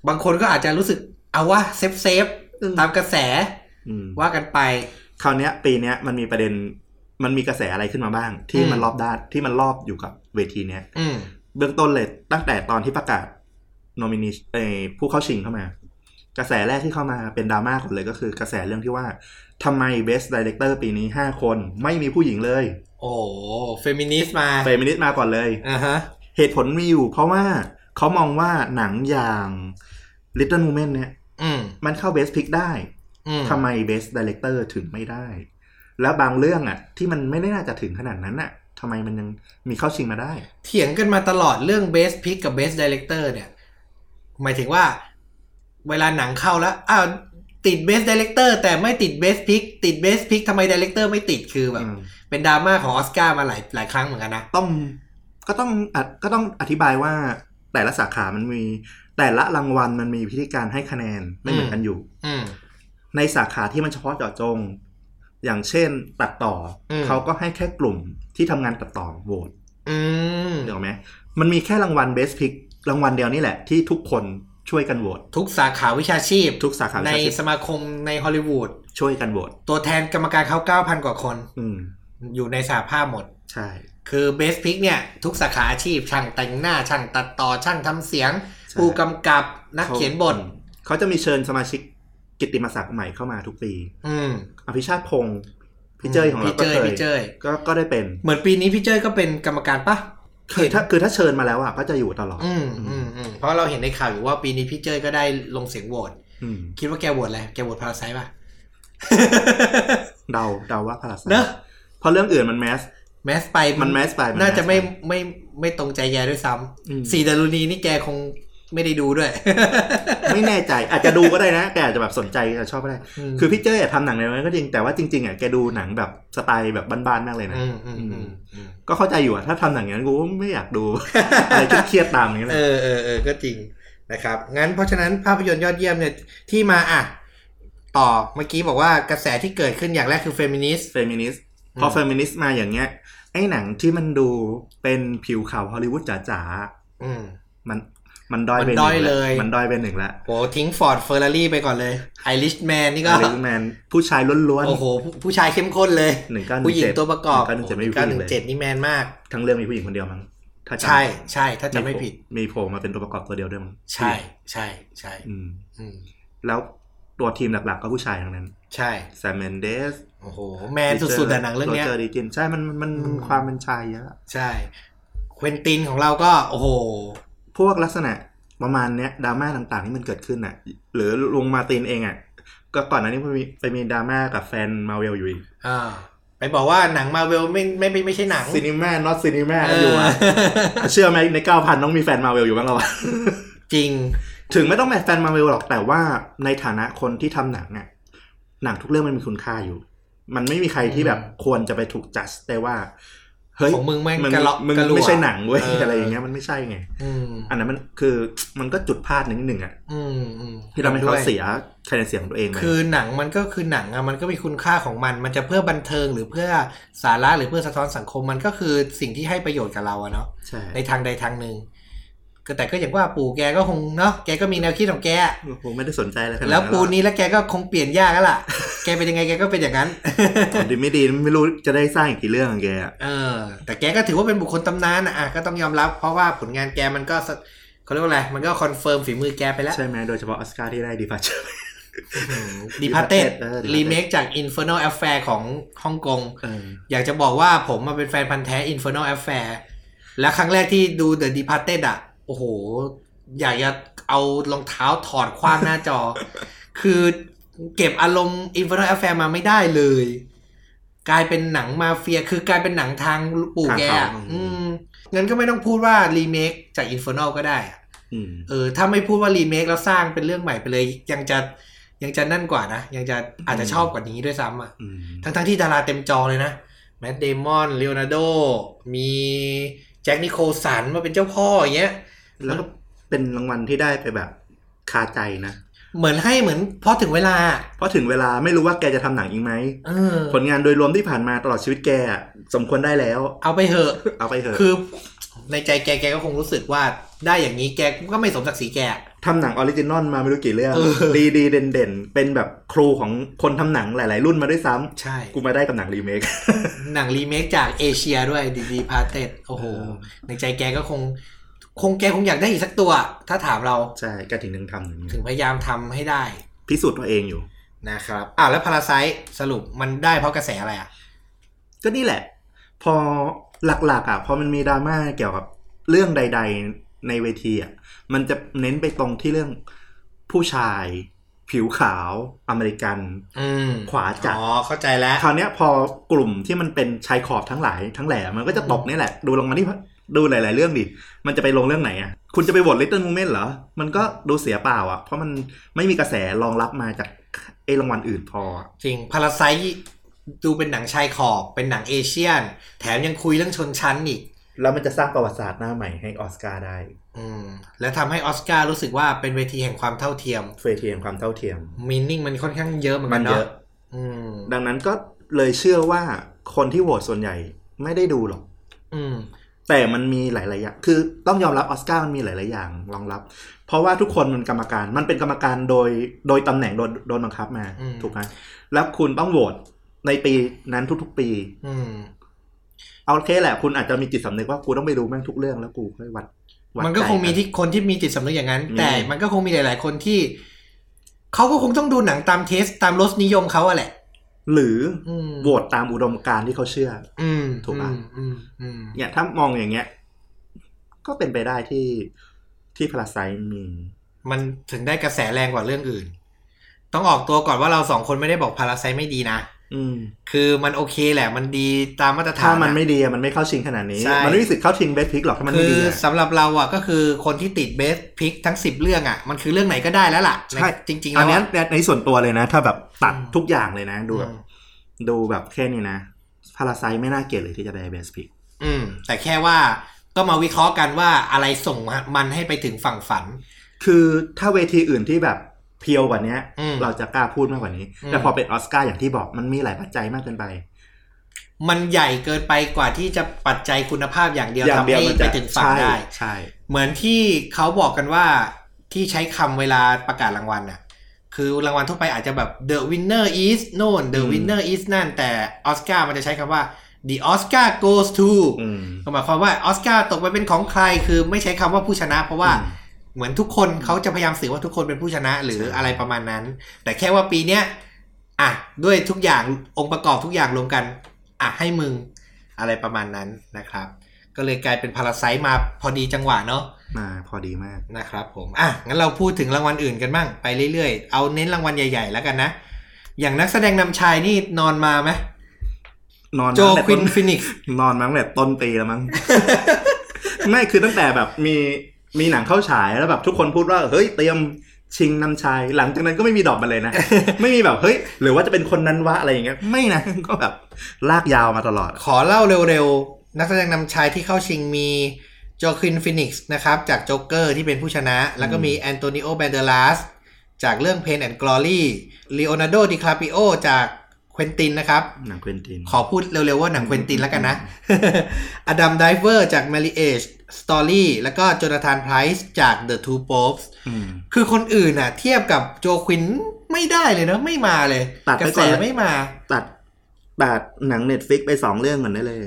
S1: บางคนก็อาจจะรู้สึกเอาวะเซฟเซฟ
S2: อืม
S1: ตามกระแส
S2: อืม
S1: ว่ากันไป
S2: คราวเนี้ยปีเนี้ยมันมีประเด็นมันมีกระแสอะไรขึ้นมาบ้าง ที่
S1: อืม
S2: มันรอบด้านที่มันรอบอยู่กับเวทีเนี้ย
S1: อืม
S2: เบื้องต้นเลยตั้งแต่ตอนที่ประกาศโนมินีเออผู้เข้าชิงเข้ามา กระแสแรกที่เข้ามาเป็นดราม่าก่อนเลยก็คือกระแสเรื่องที่ว่าทำไมเบสดีเลกเตอร์ปีนี้ 5 คนไม่มีผู้หญิงเลย
S1: โอ้โหเฟมินิสต์มา
S2: เฟมินิสต์มาก่อนเลย
S1: อ่าฮะ
S2: เหตุผลมีอยู่เพราะว่าเขามองว่าหนังอย่าง Little Women เนี่ย
S1: อืม
S2: มันเข้าเบสพิกได้
S1: อืม
S2: ทำไมเบสดีเลกเตอร์ถึงไม่ได้ แล้วบางเรื่องอ่ะ ที่มันไม่ได้น่าจะถึงขนาดนั้นอ่ะทำไมมันยังมีเข้าชิงมาได้
S1: เถียงกันมาตลอดเรื่องเบสพิกกับเบสดีเลกเตอร์เนี่ย หมายถึงว่า เวลาหนังเข้าแล้วอ้าวติดเบสดีเลกเตอร์แต่ไม่ติดเบสพิกติดเบสพิกทำไมดีเลกเตอร์ไม่ติดคือแบบ เป็นดราม่าของออสการ์มาหลายหลายครั้งเหมือนกันนะ
S2: ต้องก็ต้องอะก็ต้องอธิบายว่าแต่ละสาขามันมี แต่ละรางวัลมันมีพิธีการให้คะแนนไม่เหมือนกันอยู่
S1: อืม
S2: ในสาขาที่มันเฉพาะเจาะจง อย่างเช่นตัดต่ออ
S1: ม
S2: เขาก็ให้แค่กลุ่มที่ทำงานตัดต่อโหวต
S1: อืม
S2: เดี๋ยวไหมมันมีแค่รางวัลเบสพิกรางวัลเดียวนี่แหละที่ทุกคนช่วยกันโหวต
S1: ทุกสาขาวิชาชีพ
S2: ทุกสาขาวิ
S1: ใน
S2: ชาชีพ
S1: สมาคมในฮอลลีวูด
S2: ช่วยกันโหวต
S1: ตัวแทนกรรมการเขาเก้าพันกว่าคน
S2: อืม
S1: อยู่ในสาภาพหมด
S2: ใช่
S1: คือเบสพิกเนี่ย ทุกสาขาอาชีพ ช่างแต่งหน้า ช่างตัดต่อ ช่างทำเสียง
S2: ใช่
S1: ผู้กำกับนัก
S2: ขา
S1: เขียนบท
S2: เขาจะมีเชิญสมาชิกกิตติมศักดิ์ใหม่เข้ามาทุกปี
S1: อืม
S2: อภิชาติพงศ์พี่เจยของเรา
S1: พี่
S2: ก็
S1: เจย
S2: เคย
S1: พี่เจย
S2: ก็ก็ได้เป็น
S1: เหมือนปีนี้พี่เจยก็เป็นกรรมการปะ
S2: คือถ้าคือถ้าเชิญมาแล้วอ่ะก็จะอยู่ตลอด
S1: อืมอืมอืมเพราะเราเห็นในข่าวอยู่ว่าปีนี้พี่เจยก็ได้ลงเสียงโหวต
S2: อืม
S1: คิดว่าแกโหวตอะไรแกโหวตพาราไซ ป่ะ
S2: เดาเดาว่าพลาส
S1: เนอะ
S2: เพราะเรื่องอื่นมันแมส
S1: แมสไป
S2: มันแมสไป
S1: น่าจะไม่
S2: แสป
S1: ไม่ไม่ตรงใจแกด้วยซ้
S2: อืม
S1: ำสีดารุณีนี่แกคงไม่ได้ดูด้วย
S2: ไม่แน่ใจ อาจจะดูก็ได้นะแกอาจจะแบบสนใจอาจจะชอบก็ได้
S1: ม
S2: คือพี่เจยอะทำหนังในวนั้นก็จริงแต่ว่าจริงๆอ่ะแกดูหนังแบบสไตล์แบบบ้านๆมากเลยนะ
S1: อืมอืมอืมอืม
S2: ก็เข้าใจอยู่อ่ะถ้าทำหนังอย่างนั้นกูไม่อยาก ดู อะไรเครียดๆตามอย่างนี้ย
S1: เอ
S2: นะ
S1: อเออเออก็จริงนะครับ งั้นเพราะฉะนั้นภาพยนตร์ยอดเยี่ยมเนี่ยที่มาอ่ะ ต่อเมื่อกี้บอกว่ากระแสที่เกิดขึ้นอย่างแรกคือเฟมินิสต์
S2: เฟมินิส พอ
S1: อืม
S2: เฟมินิสต์มาอย่างเงี้ยไอ้หนังที่มันดูเป็นผิวขาวฮอลลีวูดจ๋า
S1: อืม
S2: ๆมันมันด้อยไปห
S1: มันด้อ
S2: นึ่
S1: ย
S2: ง
S1: เล
S2: แล้
S1: ย
S2: วมันด้อยไปหนึ่งแล้ว
S1: โหทิ้งฟอร์ดเฟอร์รารี่ไปก่อนเลยไอริชแมนนี่ก็
S2: ลิงแมนผู้ชายล้วน
S1: โอ้โห ผู้ผู้ชายเข้มข้นเลย
S2: ๆหนึ่งเก้าห
S1: ผู้
S2: นึ่
S1: หญิ
S2: ง
S1: ง
S2: เจ็ด
S1: ตัวประกอบ
S2: หนึ่งเก้าหนึ่งเจ็ดไม่
S1: 917
S2: มีผู้หญิงเลย
S1: นี่แมนมาก
S2: ทั้งเรื่องมีผู้หญิงคนเดียวมั้งถ้าจำ
S1: ใช่ใช่ถ้าจะไม่ผิด
S2: มีโผล่มาเป็นตัวประกอบตัวเดียวด้วยมั้ง
S1: ใช่ใช่ใช่
S2: อืม
S1: อืม
S2: แล้วตัวทีมหลักๆก็ผู้ชายทั้งนั้น
S1: ใช่
S2: แซมเมนเดส
S1: โอ้โห แมนสุดๆแต่หนังเรื่องเนี้ย
S2: โรเจอร์ดีกินใช่มันมันมัน
S1: อืม
S2: ความเป็นชายเยอะ
S1: ใช่เควินตินของเราก็ โอ้โห
S2: พวกลักษณะประมาณเนี้ยดราม่าต่างๆที่มันเกิดขึ้นอ่ะ หรือลุงมาร์ตินเองอ่ะก็ก่อนหน้านี้มันมีไปมีดราม่ากับแฟนมาเวลอยู่อีก
S1: อ่า ไปบอกว่าหนังมาเวลไม่ไม่ไม่ไม่ใช่หนัง
S2: ซีนิม่านอตซีนิม่า
S1: เอ
S2: อยู่
S1: อ
S2: อะเชื่อไหมใน 9,000 ต้องมีแฟนมาเวลอยู่บ้างแล้ววะ
S1: จริง
S2: ถึงไม่ต้องเป็นแฟนมาเวลหรอกแต่ว่าในฐานะคนที่ทำหนังอะหนังทุกเรื่องมันมีคุณค่าอยู่ มันไม่มีใครที่แบบควรจะไปถูกจัดได้ว่า เฮ้ย
S1: ของมึงแม่ง
S2: น
S1: กะเลาะ
S2: มึง
S1: กะลัว
S2: ไม่ใช่หนังเว้ย
S1: เอออ
S2: อะไรอย่างเงี้ยมันไม่ใช่ไง
S1: อืม
S2: อันนั้นมันคือมันก็จุดพลาดนิดหนึ่งอะ
S1: อืมอืม
S2: ที่ทำให้เขา
S1: ด้วย
S2: เสียคะแนนเสียงของตัวเองไป
S1: คือหนังมันก็คือหนังอะมันก็มีคุณค่าของมัน มันจะเพื่อบันเทิงหรือเพื่อสาระหรือเพื่อสะท้อนสังคมมันก็คือสิ่งที่ให้ประโยชน์กับเราอะเนาะ
S2: ใช่
S1: ในทางใดทางหนึ่งก็แต่ก็อย่างว่าปู่แกก็คงเนาะแกก็มีแนวคิดของแกอะ
S2: ผมไม่ได้สนใจอะไรขนาด
S1: แล้วปู
S2: หรอก
S1: นี้แล้วแกก็คงเปลี่ยนยากแล้วล่ะ แกเป็นยังไงแกก็เป็นอย่างนั้น
S2: ดีไม่ดีไม่รู้จะได้สร้างอีกกี่เรื่องของแกอะ
S1: เออ แต่แกก็ถือว่าเป็นบุคคลตำนานอะอ่ะก็ต้องยอมรับ เพราะว่าผลงานแกมันก็สะเขาเรียกว่าอะไรมันก็คอนเฟิร์มฝีมือแกไปแล้ว
S2: ใช่ไหมโดยเฉพาะออสการ์ที่ได้ดีพัช
S1: ดีพาเต็ด
S2: Departed เออ Departed
S1: รีเมคจาก Infernal Affair ของฮ่องกง
S2: เออ
S1: อยากจะบอกว่าผมมาเป็นแฟนพันธ์แท้ Infernal Affair และครั้งแรกที่ดู The Departed อ่ะ โอ้โห อยากจะเอารองเท้าถอดคว้างหน้าจอ คือเก็บอารมณ์ Infernal Affair มาไม่ได้เลย กลายเป็นหนังมาเฟีย คือกลายเป็นหนังทางปู่แก
S2: ทาง
S1: อะ
S2: เขา
S1: อืมงั้นก็ไม่ต้องพูดว่ารีเมคจาก Infernal ก็ได้อะ
S2: อืม
S1: เออ ถ้าไม่พูดว่ารีเมคแล้วสร้างเป็นเรื่องใหม่ไปเลย ยังจะยังจะนั่นกว่านะ ยังจะอาจจะชอบกว่านี้ด้วยซ้ำอ่ะ
S2: อืม
S1: ทั้งทั้งๆที่ดาราเต็มจอเลยนะ แมดเดมอนเลโอนาร์โด มีแจ็คนิโคลสันมาเป็นเจ้าพ่ออย่างเงี้ย
S2: แล้วก็เป็นรางวัลที่ได้ไปแบบคาใจนะ
S1: เหมือนให้เหมือนพอถึงเวลาอะ
S2: เพราะถึงเวลาไม่รู้ว่าแกจะทำหนังอีกไหม
S1: เออ
S2: ผลงานโดยรวมที่ผ่านมาตลอดชีวิตแกอะสมควรได้แล้ว
S1: เอาไปเถอะ
S2: เอาไปเถอะ
S1: คือในใจแกแกก็คงรู้สึกว่าได้อย่างนี้แกก็ไม่สมศักดิ์ศรีแกอะ
S2: ทำหนังออริจินอลมาไม่รู้กี่เรื่อง
S1: เออ
S2: ดีดีเด่นเด่นๆ เป็นแบบครูของคนทำหนังหลาย ๆ รุ่นมาด้วยซ้ำ
S1: ใช่
S2: กูมาได้กับหนังรีเมค
S1: หนังรีเมคจากเอเชียด้วยดีดีพาเต็ดโอ้โห
S2: เออ
S1: ในใจแกก็คง คงแกคงอยากได้อีกสักตัว ถ้าถามเรา
S2: ใช่แกถึงนึงทำอย่างนี้
S1: ถึงพยายามทำให้ได้
S2: พิสูจน์ตัวเองอยู่
S1: นะครับอ้าวแล้วพาราไซสรุปมันได้เพราะกระแสอะไรอ่ะ
S2: ก็นี่แหละ พอหลักๆอ่ะพอมันมีดราม่าเกี่ยวกับเรื่องใด ๆในเวทีอ่ะมันจะเน้นไปตรงที่เรื่องผู้ชาย ผิวขาวอเมริกัน
S1: อืม
S2: ขวาจัด
S1: อ๋อเข้าใจแล้ว
S2: คราวเนี้ยพอกลุ่มที่มันเป็นชายขอบทั้งหลายทั้งแหล่มันก็จะตกนี่แหละ ดูลงมาที่ดูหลาย ๆ เรื่องดิ มันจะไปลงเรื่องไหนอ่ะ คุณจะไปโหวต Little Women เหรอ มันก็ดูเสียเปล่าอ่ะ เพราะมันไม่มีกระแสรองรับมาจากไอ้รางวัลอื่นพออะ
S1: จริงพาราไซดูเป็นหนังชายขอบเป็นหนังเอเชียน แถมยังคุยเรื่องชนชั้นอีก
S2: แล้วมันจะสร้างประวัติศาสตร์หน้าใหม่ให้ออสการ์ได้
S1: อืมและทำให้ออสการ์รู้สึกว่าเป็นเวทีแห่งความเท่าเทียม
S2: เฟทีแห่งความเท่าเทียม
S1: มีนิ่งมันค่อนข้างเยอะเหมือน
S2: มั
S1: กัน น
S2: เย
S1: เนาะ
S2: อะ
S1: อืม
S2: ดังนั้นก็เลยเชื่อว่าคนที่โหวตส่วนใหญ่ไม่ได้ดูหรอก
S1: อืม
S2: แต่มันมีหลายๆอย่าง คือต้องยอมรับออสการ์มันมีหลายๆอย่างรองรับ เพราะว่าทุกคนมันกรรมการ มันเป็นกรรมการโดยโดยตำแหน่งโดนโดนบังคับมา
S1: อืม
S2: ถูกไหมแล้วคุณต้องโหวตในปีนั้นทุกๆปี
S1: อืม
S2: เอาโอเคแหละ คุณอาจจะมีจิตสำนึกว่ากูต้องไปดูแม่งทุกเรื่องแล้วกูค่อยวัดวัด
S1: มันก็
S2: ใจ
S1: คงมีที่คนที่มีจิตสำนึกอย่างนั้น
S2: มี
S1: แต่มันก็คงมีหลาย ๆ คนที่ เขาก็คงต้องดูหนังตามเทสตามรสนิยมเขาอะแหละ
S2: หรือ
S1: อืม
S2: โหวตตามอุดมการณ์ที่เขาเชื่อ
S1: อืม
S2: ถูกปะ
S1: อืมอืม
S2: เนี่ยถ้ามองอย่างเงี้ย ก็เป็นไปได้ที่ที่พลาไซมี
S1: มันถึงได้กระแสแรงกว่าเรื่องอื่น ต้องออกตัวก่อนว่าเราสองคนไม่ได้บอกพาราไซไม่ดีนะ
S2: อืม
S1: คือมันโอเคแหละ มันดีตามมาตรฐา
S2: ถ้าน
S1: อะ
S2: มันไม่ดีอะมันไม่เข้าชิงขนาดนี้
S1: ใช่
S2: มันไม่มีสิทธิ์เข้าชิงเบสพิกหรอกถ้ามันไม่
S1: คือ
S2: ดีอะ
S1: สำหรับเราอ่ะก็คือคนที่ติดเบสพิกทั้งสิบเรื่องอ่ะ มันคือเรื่องไหนก็ได้แล้วล่ะ
S2: ใช่
S1: จริง ๆ
S2: อั
S1: แล้ว
S2: นเนี้ย
S1: อะ
S2: ในในส่วนตัวเลยนะ ถ้าแบบตัด
S1: อืม
S2: ทุกอย่างเลยนะ ดูแบบ
S1: อืม
S2: ดูแบบแค่นี้นะพาราไซไม่น่าเกลียดเลยที่จะได้เบสพิก
S1: อืม แต่แค่ว่าก็มาวิเคราะห์กันว่าอะไรส่งมันให้ไปถึงฝั่งฝัน
S2: คือถ้าเวทีอื่นที่แบบเพียวกว่าเนี้ย
S1: อืม
S2: เราจะกล้าพูดมากกว่านี้
S1: อืม
S2: แต่พอเป็นออสการ์อย่างที่บอกมันมีหลายปัจจัยมากเกินไป
S1: มันใหญ่เกินไปกว่าที่จะปัจจัยคุณภาพอย่างเดียว
S2: อย่าง
S1: ทำ
S2: เดียว
S1: ให้
S2: มัน
S1: ไป
S2: จะ
S1: ถึงฝั่ง
S2: ใช่
S1: ได้
S2: ใช่
S1: เหมือนที่เขาบอกกันว่าที่ใช้คำเวลาประกาศรางวัลน่ะ คือรางวัลทั่วไปอาจจะแบบ the winner is โน่น the winner is นั่น แต่ออสการ์มันจะใช้คำว่า the Oscar goes to
S2: อืม
S1: ก็หมายความว่าออสการ์ตกไปเป็นของใคร คือไม่ใช้คำว่าผู้ชนะ เพราะว่า
S2: อืม
S1: เหมือนทุกคนเขาจะพยายามสื่อว่าทุกคนเป็นผู้ชนะหรือ
S2: ใช่
S1: อะไรประมาณนั้น แต่แค่ว่าปีเนี้ยอ่ะด้วยทุกอย่างองค์ประกอบทุกอย่างรวมกัน อ่ะให้มึงอะไรประมาณนั้นนะครับ ก็เลยกลายเป็นพาราไซมาพอดีจังหวะเนาะ
S2: มาพอดีมาก
S1: นะครับผมอ่ะงั้นเราพูดถึงรางวัลอื่นกันบ้างไปเรื่อยๆ เอาเน้นรางวัลใหญ่ ๆ แล้วกันนะ อย่างนักแสดงนำชายนี่นอนมาไหม
S2: นอน
S1: โจ
S2: มาตั้งแต่
S1: ควิ
S2: ต้
S1: นฟินิกซ์
S2: นอนมาตั้งแต่ต้นปีแล้วมั้ง ไม่คือตั้งแต่แบบมีมีหนังเข้าฉายแล้วแบบทุกคนพูดว่าเฮ้ยเตรียมชิงนำชายหลังจากนั้นก็ไม่มีดอกมาเลยนะ ไม่มีแบบเฮ้ย หรือว่าจะเป็นคนนั้นวะอะไรอย่างเงี้ยไม่นะ ก็แบบลากยาวมาตลอด
S1: ขอเล่าเร็วๆ นักแสดงนำชายที่เข้าชิงมีโจคินฟินิกส์นะครับจากโจ๊กเกอร์ที่เป็นผู้ชนะ แล้วก็มีแอนโตนิโอแบนเดอลัสจากเรื่องเพนแอนด์กลอรี่ลีโอนาร์โดดิคาปิโอจากเควินตินนะครับ
S2: หนังเควินติน
S1: ขอพูดเร็วๆว่าหนังเควินตินแล้วกันนะ อดัมไดเวอร์จาก Marriage Story แล้วก็โจนาธานไพรส์จาก The Two Popes
S2: อืม
S1: คือคนอื่นน่ะ เทียบกับโจควินไม่ได้เลยนะไม่มาเลย
S2: ตัด
S1: ก
S2: ไป
S1: ระแส
S2: ก่อนเลย
S1: ไม่มา
S2: ตัดตัดหนังเน็ตฟิกไปสองเรื่องก่อนได้เลย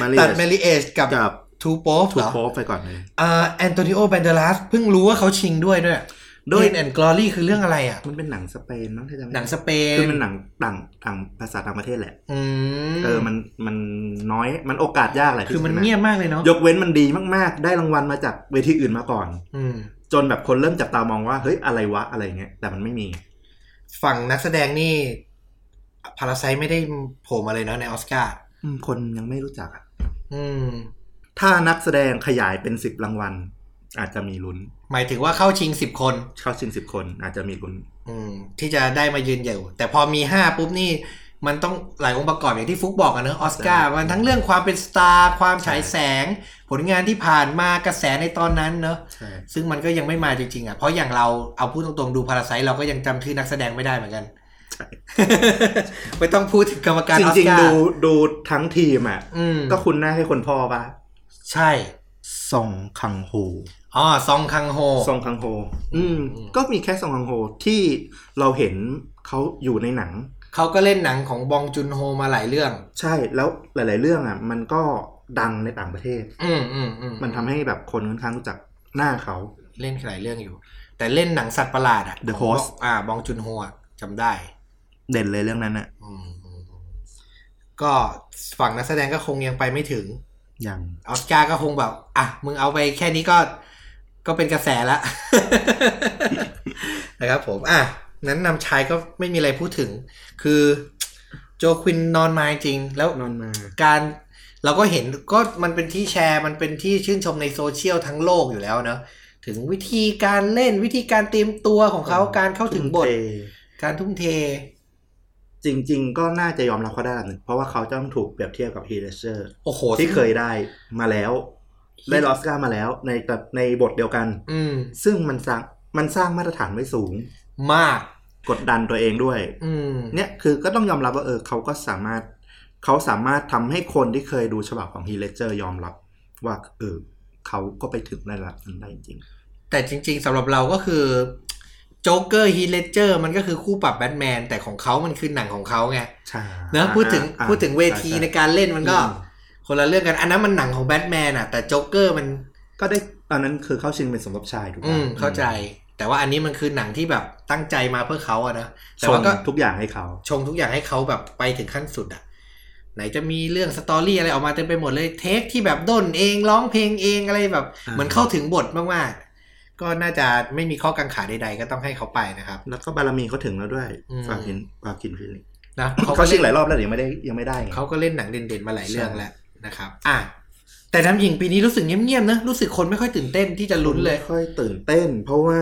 S2: Marriage
S1: ตัด Marriage กับ
S2: กับ
S1: Two Popes
S2: ถู
S1: เหร
S2: ก
S1: อ
S2: โพสไปก่อนเลย
S1: อ่าแอนโตนิโอแบนเดลัสเพิ่งรู้ว่าเขาชิงด้วยด้วย
S2: ด้
S1: โด
S2: วย
S1: ยแอนกลอรี่คือเรื่องอะไรอ่ะ
S2: มันเป็นหนังสเปนมั้งถ้าจำไม่
S1: หนังสเปน
S2: คือมันหนังต่างต่างภาษาต่างประเทศแหละ
S1: อืม
S2: เออ มัน มันน้อย มันโอกาสยากแหละที่
S1: คือมัน
S2: จะชะ
S1: เงียบมากเลยเนาะ
S2: ยกเว้นมันดีมากๆ ได้รางวัลมาจากเวทีอื่นมาก่อน
S1: อืม
S2: จนแบบคนเริ่มจับตามองว่า เฮ้ย อะไรวะ อะไรเงี้ย แต่มันไม่มี
S1: ฝั่งนักแสดงนี่พาราไซไม่ได้โผล่มาเลยเนาะในออสการ์
S2: อืมคนยังไม่รู้จักอะ
S1: อืม
S2: ถ้านักแสดงขยายเป็นสิบรางวัล อาจจะมีลุ้น
S1: หมายถึงว่าเข้าชิงสิบคน
S2: เข้าชิงสิบคนอาจจะมีลุ้น
S1: อืม ที่จะได้มายืนอยู่ แต่พอมีห้าปุ๊บนี่ มันต้องหลายองค์ประกอบอย่างที่ฟุกบอกอะเนอะออสการ์มันทั้งเรื่องความเป็นสตาร์ความฉายแสง ผลงานที่ผ่านมากระแสในตอนนั้นเนอะ
S2: ใช่
S1: ซึ่งมันก็ยังไม่มาจริงๆอ่ะเพราะอย่างเราเอาพูดตรงๆดูพาราไซเราก็ยังจำชื่อนักแสดงไม่ได้เหมือนกัน ไม่ต้องพูดถึงกรรมการ
S2: จ
S1: ออส
S2: ริง
S1: การ
S2: ๆดู
S1: ์
S2: ดูทั้งทีมอ่ะ
S1: อืม
S2: ก็คุณหน้าให้คนพ่อปะ
S1: ใช่
S2: ซองคังโฮ
S1: อ๋อซองคังโฮ
S2: ซองคังโฮ อืม
S1: อืม
S2: ก็มีแค่ซองคังโฮที่เราเห็นเขาอยู่ในหนัง
S1: เขาก็เล่นหนังของบองจุนโฮมาหลายเรื่อง
S2: ใช่แล้วหลาย ๆ เรื่องอ่ะ มันก็ดังในต่างประเทศ
S1: อืมอืมอืม
S2: มันทำให้แบบคนค่อนข้างรู้จักหน้าเขา
S1: เล่นหลายเรื่องอยู่ แต่เล่นหนังสัตว์ประหลาดอ่ะ
S2: The
S1: ของ
S2: Host
S1: อ่าบองจุนโฮอะจำได้
S2: เด่นเลยเรื่องนั้นอ่ะ
S1: อืมอืมอืมก็ฝั่งนักแสดงก็คงยังไปไม่ถึง
S2: อย่าง
S1: ออสการ์ก็คงแบบ อ่ะ มึงเอาไปแค่นี้ก็ก็เป็นกระแสละ นะครับผม อ่ะ นั้นนำชายก็ไม่มีอะไรพูดถึง คือโจควินนอนมาจริงแล้ว
S2: นอนมา
S1: การเราก็เห็นก็มันเป็นที่แชร์มันเป็นที่ชื่นชมในโซเชียลทั้งโลกอยู่แล้วเนอะถึงวิธีการเล่นวิธีการเตรียมตัวของเขา
S2: อืม
S1: การเข้าถึงบท
S2: ทุ่มเท
S1: การทุ่มเท
S2: จริง ๆ ก็น่าจะยอมรับเขาได้ระดับหนึ่งเพราะว่าเขาจะต้องถูกเปรียบเทียบกับฮีเลเชอร์
S1: โอ้โห
S2: ที่เคยได้มาแล้ว ได้ออสการ์มาแล้วในแบบในบทเดียวกัน
S1: อืม
S2: ซึ่งมันสร้างมันสร้างมาตรฐานไว้สูง
S1: มาก
S2: กดดันตัวเองด้วย
S1: อืม
S2: เนี่ยคือก็ต้องยอมรับว่าเออเขาก็สามารถเขาสามารถทำให้คนที่เคยดูฉบับของฮีเลเจอร์ยอมรับ ว่าเออเขาก็ไปถึงระดับนั้นได้จริง
S1: แต่จริง ๆสำหรับเราก็คือโจ๊กเกอร์ฮีเลเจอร์มันก็คือคู่ปรับแบทแมน แต่ของเขามันคือหนังของเขาไง
S2: ใช่
S1: เนอะพูดถึง
S2: อ่า
S1: พูดถึงเวที
S2: ใช่
S1: ใน
S2: ใช่
S1: การเล่นมันก็
S2: อืม
S1: คนละเรื่องกัน อันนั้นมันหนังของแบทแมนอะแต่โจ๊กเกอร์มัน
S2: ก็ได้ตอนนั้นคือเข้าชิงเป็นสมทบชายถูกไหม
S1: อืมเข้าใจ แต่ว่าอันนี้มันคือหนังที่แบบตั้งใจมาเพื่อเขาอะนะแต่
S2: ชง
S1: ว่าก็
S2: ทุกอย่างให้เขา
S1: ชงทุกอย่างให้เขาแบบไปถึงขั้นสุดอะไหนจะมีเรื่องสตอรี่อะไรออกมาเต็มไปหมดเลยเทคที่แบบด้นเองร้องเพลงเองอะไรแบบ
S2: อ่า
S1: เหมือนเข้าถึงบทมากๆ ก็น่าจะไม่มีข้อกังขาใดๆ ก็ต้องให้เขาไปนะครับ
S2: แล้วก็บารมีเขาถึงแล้วด้วย
S1: อืม
S2: ฝากกินฝากกินฟิลิป
S1: นะก็
S2: เขาชิงหลายรอบแล้วแต่ยังไม่ได้ยังไม่ได้ไง
S1: เขาก็เล่นหนังเด่นๆมาหลายเรื่อง
S2: ใช่
S1: แล้วนะครับ อ่ะแต่น้ำหญิงปีนี้รู้สึกเงียบๆนะรู้สึกคนไม่ค่อยตื่นเต้นที่จะลุ้นเลย
S2: ไม่ค่อยตื่นเต้น เพราะว่า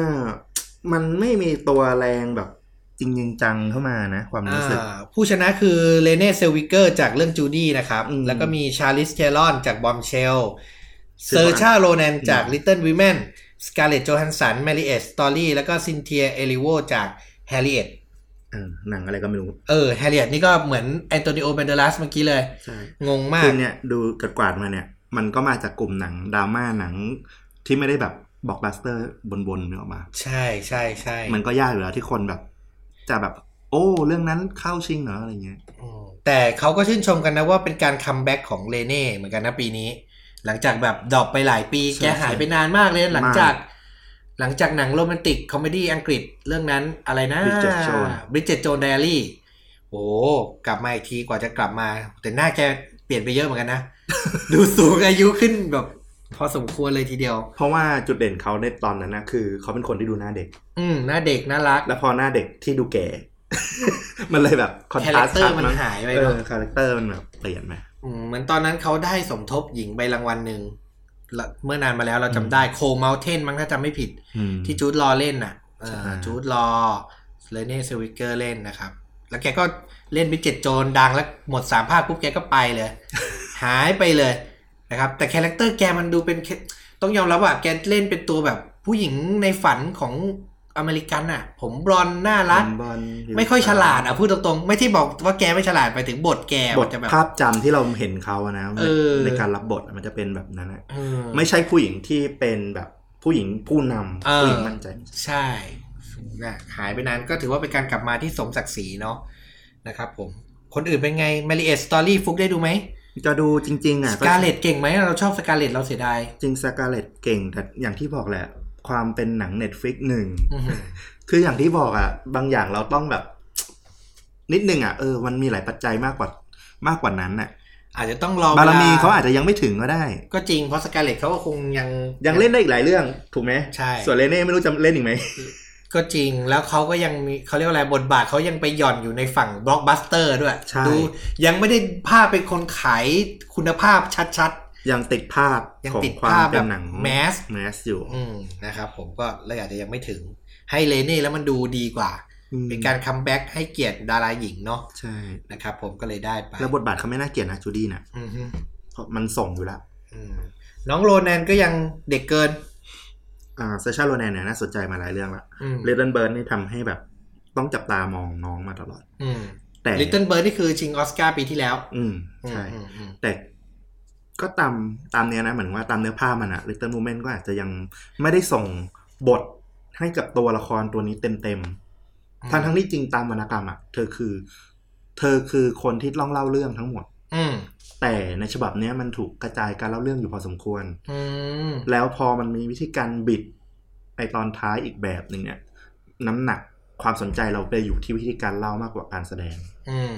S2: มันไม่มีตัวแรงแบบจริงจริงจังเข้ามานะ ความรู้สึก
S1: อ่าผู้ชนะคือเลเน่เซลวิเกอร์จากเรื่องจูดี้นะครับ
S2: อืม
S1: แล้วก็มีชาลิสเทรอนจากบอมเชล
S2: ชื่
S1: เซอ
S2: อ
S1: ร์ชาโรแนนจาก
S2: อืม
S1: ลิตเติ้ลว m แมนสกาเลตโจฮันสันแมรี่เอสตอรี่แล้วก็ซินเทียเอลิโวจากแฮร์ริเอต
S2: เออหนังอะไรก็ไม่รู้
S1: เออแฮร์ริเอตนี่ก็เหมือนแอนโตนิโอเบนเดลัสเมื่อกี้เลย
S2: ใช่
S1: งงมา
S2: คื
S1: ก
S2: อเนี่ยดูกดกวาดมาเนี่ย มันก็มาจากกลุ่มหนังดราม่าหนัง ที่ไม่ได้แบบบอกบัสเตอร์บนๆเนื้อออกมา
S1: ใช่ใช่ใช่
S2: มันก็ยากอยู่แล้วที่คนแบบ จะแบบ โอ้ เรื่องนั้นเข้าชิงเหรออะไรเงี้ย
S1: อืมแต่เขาก็ชื่นชมกันนะว่าเป็นการคัมแบ็กของเลเน่เหมือนกันนะปีนี้ หลังจากแบบดรอปไปหลายปี
S2: ใช่
S1: แกหายไปนานมากเลยหลังจาก
S2: มาก
S1: หลังจากหนังโรแมนติกคอมเมดี้อังกฤษเรื่องนั้นอะไรนะ
S2: Bridget Jones
S1: บริจเจตโจนไดอารี่โอ้กลับมาอีกทีกว่าจะกลับมา แต่หน้าแกเปลี่ยนไปเยอะเหมือนกัน นะ ดูสูงอายุขึ้นแบบ พอสมควรเลยทีเดียว
S2: เพราะว่าจุดเด่นเขาในตอนนั้นนะคือเขาเป็นคนที่ดูหน้าเด็ก
S1: อืมหน้าเด็กน่ารัก
S2: แล้วพอหน้าเด็กที่ดูแก่ มันเลยแบบคอน
S1: คา
S2: ท
S1: แรค
S2: ราส
S1: เตอร์
S2: ต์
S1: มัน
S2: มั้ง
S1: หายไป
S2: เอ
S1: เน
S2: อ
S1: อะ
S2: คาแรคเตอร์มันแบบเปลี่ยนไหม
S1: อืมเหมือนตอนนั้นเขาได้สมทบหญิงไปรางวัลหนึ่งละเมื่อนานมาแล้วเราจำได้โคเมลเทนมั้งถ้าจำไม่ผิด ที่จูดลอเล่นน่ะเออ
S2: ใช่
S1: จูดลอเลเน่เซวิเกอร์เล่นนะครับ แล้วแกก็เล่นบิเจ็ตโจนดังแล้วหมดสามภาคปุ๊บแกก็ไปเลย หายไปเลยนะครับ แต่คาแรคเตอร์แกมันดูเป็นแค่ต้องยอมรับว่าแกเล่นเป็นตัวแบบผู้หญิงในฝันของอเมริกันน่ะ ผมบลอนด์น่ารัก
S2: บอล
S1: ไม่ค่อยฉลาดอ่ะพูดตรงๆ ไม่ที่บอกว่าแกไม่ฉลาดไปถึงบทแก
S2: บ
S1: มั
S2: ท
S1: นจะแบบ
S2: ภาพจำที่เราเห็นเขาอะนะ
S1: เออ
S2: ในการรับบทอะมันจะเป็นแบบนั้นนะ
S1: เออ
S2: ไม่ใช่ผู้หญิงที่เป็นแบบผู้หญิงผู้น
S1: เออ
S2: ำผู้หญิงมั่นใจ
S1: ใช่นะหายไปนานก็ถือว่าเป็นการกลับมาที่สมศักดิ์ศรีเนาะนะครับผม คนอื่นเป็นไงมาริเอสตอรี่ฟุกได้ดูไหม
S2: จะดูจริง ๆ อ่ะ
S1: สกาเลตเก่งไหมเราชอบสกาเลตเราเสียดาย
S2: จริงสกาเลตเก่ง แต่อย่างที่บอกแหละ ความเป็นหนัง Netflix หนึ่ง
S1: อื้อหือ
S2: คืออย่างที่บอกอ่ะ บางอย่างเราต้องแบบ นิดนึงอ่ะเออมันมีหลายปัจจัยมากกว่ามากกว่านั้นอ่ะ
S1: อาจจะต้องรอบ
S2: ารมี
S1: วล
S2: เขาอาจจะยังไม่ถึงก็ได้
S1: ก็จริงเพราะสกาเลตเขาก็คงยัง
S2: ยังเล่นได้อีกหลายเรื่อง ถูกไหม
S1: ใช่
S2: ส่วนเรเน่ไม่รู้จะเล่นอีกไหม
S1: ก็จริงแล้วเขาก็ยังมีเขาเรียกว่าอะไรบทบาทเขายังไปหย่อนอยู่ในฝั่งบล็อกบัสเตอร์ด้วย
S2: ใช่
S1: ดูยังไม่ได้ภาพเป็นคนขายคุณภาพชัด
S2: ยังติดภาพ
S1: ยัง
S2: ของ
S1: ติด
S2: ควา
S1: ภาม พ
S2: เป็
S1: แบ
S2: น
S1: บ
S2: หนัง
S1: mass
S2: แมสอยู่
S1: ๆอืมนะครับผมก็เลยอาจจะยังไม่ถึงให้เลเน่แล้วมันดูดีกว่า
S2: อืม
S1: เป็นการคัมแบ็กให้เกียรติดาราหญิงเนาะ
S2: ใช่
S1: นะครับผมก็เลยได้ไป
S2: แล้วบทบาทเขาไม่น่าเกลียดนะจูดี้น่ะ
S1: อือฮึ
S2: เพราะมันส่งอยู่แล้ว
S1: อืมน้องโรแนนก็ยังเด็กเกิน
S2: อ่าเซชาโรแนนเนี่ยน่าสนใจมาหลายเรื่องละ
S1: อืม
S2: เลดเดนเบิร์นนี่ทำให้แบบต้องจับตามองน้องมาตลอด
S1: อืม
S2: แต่
S1: ลิตเติ้ลเบิร์ดนี่คือชิงออสการ์ปีที่แล้ว
S2: อืมใช่
S1: อืมอืม
S2: แต่ก็ตามตามเนี้ยนะเหมือนว่าตามเนื้อผ้ามันอะ Little Movement ก็อาจจะยังไม่ได้ส่งบทให้กับตัวละครตัวนี้เต็ม
S1: อืม
S2: ๆทั้งทั้งที่จริงตามวรรณกรรมอะเธอคือ เธอคือคนที่ต้องเล่าเรื่องทั้งหมด
S1: อืม
S2: แต่ในฉบับเนี้ยมันถูกกระจายการเล่าเรื่องอยู่พอสมควร
S1: อืม
S2: แล้วพอมันมีวิธีการบิดในตอนท้ายอีกแบบหนึ่งเนี่ย น้ำหนักความสนใจเราไปอยู่ที่วิธีการเล่ามากกว่าการแสดง
S1: อืม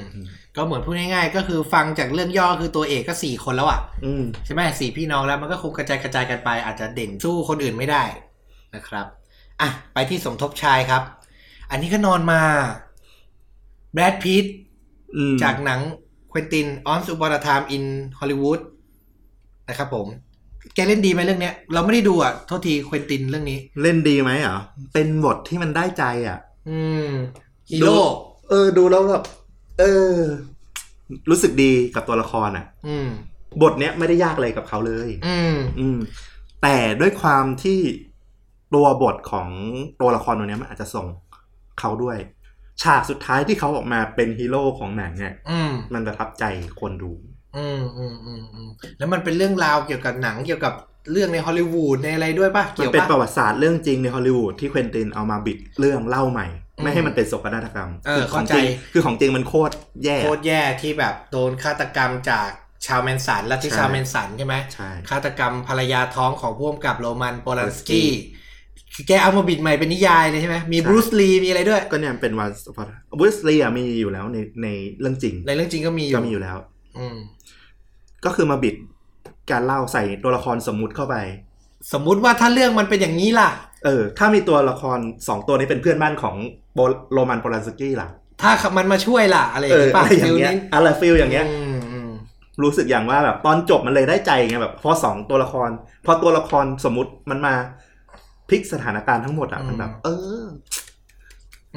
S1: ก็เหมือนพูดง่ายๆ ก็คือฟังจากเรื่องย่อคือตัวเอกก็สี่คนแล้วอ่ะ
S2: อืม
S1: ใช่ไหมสี่พี่น้องแล้วมันก็คงกระจายกระจายกันไป อาจจะเด่นสู้คนอื่นไม่ได้นะครับอ่ะไปที่สมทบชายครับ อันนี้ก็นอนมาแบรดพี t
S2: อืม
S1: จากหนังควินตินออนซูบอร์ทามอินฮอลลีวูดนะครับผม แกเล่นดีไหมเรื่องเนี้ย เราไม่ได้ดูอ่ะ โทษทีควินตินเรื่องนี้
S2: เล่นดีไหมเหรอเป็นบทที่มันได้ใจอ่ะ
S1: อืมฮีโร่
S2: ดู เออดูแล้วแบบเออ รู้สึกดีกับตัวละครอ่ะ
S1: อืม
S2: บทเนี้ยไม่ได้ยากอะไรกับเขาเลย
S1: อืม
S2: อืม แต่ด้วยความที่ตัวบทของตัวละครตัวเนี้ยมันอาจจะส่งเขาด้วย ฉากสุดท้ายที่เขาออกมาเป็นฮีโร่ของหนังเนี่ย
S1: อืม
S2: มันประทับใจคนดู
S1: อืมอืมอืมอืมแล้วมันเป็นเรื่องราวเกี่ยวกับหนังเกี่ยวกับเรื่องในฮอลลีวูดในอะไรด้วยป่ะ
S2: มั
S1: เกี่
S2: น
S1: ยว
S2: เป็น
S1: ป่ะ
S2: ประวัติศาสตร์เรื่องจริงในฮอลลีวูดที่เควินตินเอามาบิดเรื่องเล่าใหม่
S1: อืม
S2: ไม่ให้มันเป็นโศกนาฏกรรม
S1: เออ
S2: ขอ
S1: เข้าง ใจ
S2: จริงคือของจริงมันโคตรแย่
S1: โคตรแย่ที่แบบโดนฆาตกรรมจากชาวแมนสันลัทธิชาวแมนสันใช่ไหม
S2: ใช่
S1: ฆาตกรรมภรรยาท้องของพ่วงกับโรมันโปลันสกี้คือแกเอามาบิดใหม่เป็นนิยายเลยใช่ไหมมี
S2: ใช่
S1: บรูซลีมีอะไรด้วย
S2: ก็เนี่ยเป็นวันสปอร์ตบรูซลีอ่ะมีอยู่แล้วในในเรื่องจริง
S1: ในเรื่องจริงก็มีอยู่
S2: ก็มีอยู่แล้ว
S1: อืม
S2: ก็คือมาบิดการเล่าใส่ตัวละครสมมุติเข้าไป
S1: สมมุติว่าถ้าเรื่องมันเป็นอย่างนี้ล่ะ
S2: เออ ถ้ามีตัวละครสองตัวนี้เป็นเพื่อนบ้านของโบโรมันโปลันสกี้ล่ะ
S1: ถ้ามันมาช่วยล่ะ อะไรอ
S2: เอย่าง
S1: นี้
S2: ออะ
S1: ป่ะ
S2: ไรอย่างเงี้ย
S1: ฟิล
S2: อะไรฟิลอย่างเงี้ย
S1: อืมอืม
S2: รู้สึกอย่างว่าแบบตอนจบมันเลยได้ใจไงแบบพอสองตัวละคร พอตัวละครสมมติมันมาพลิกสถานการณ์ทั้งหมดอ่ะมันแบบ เออ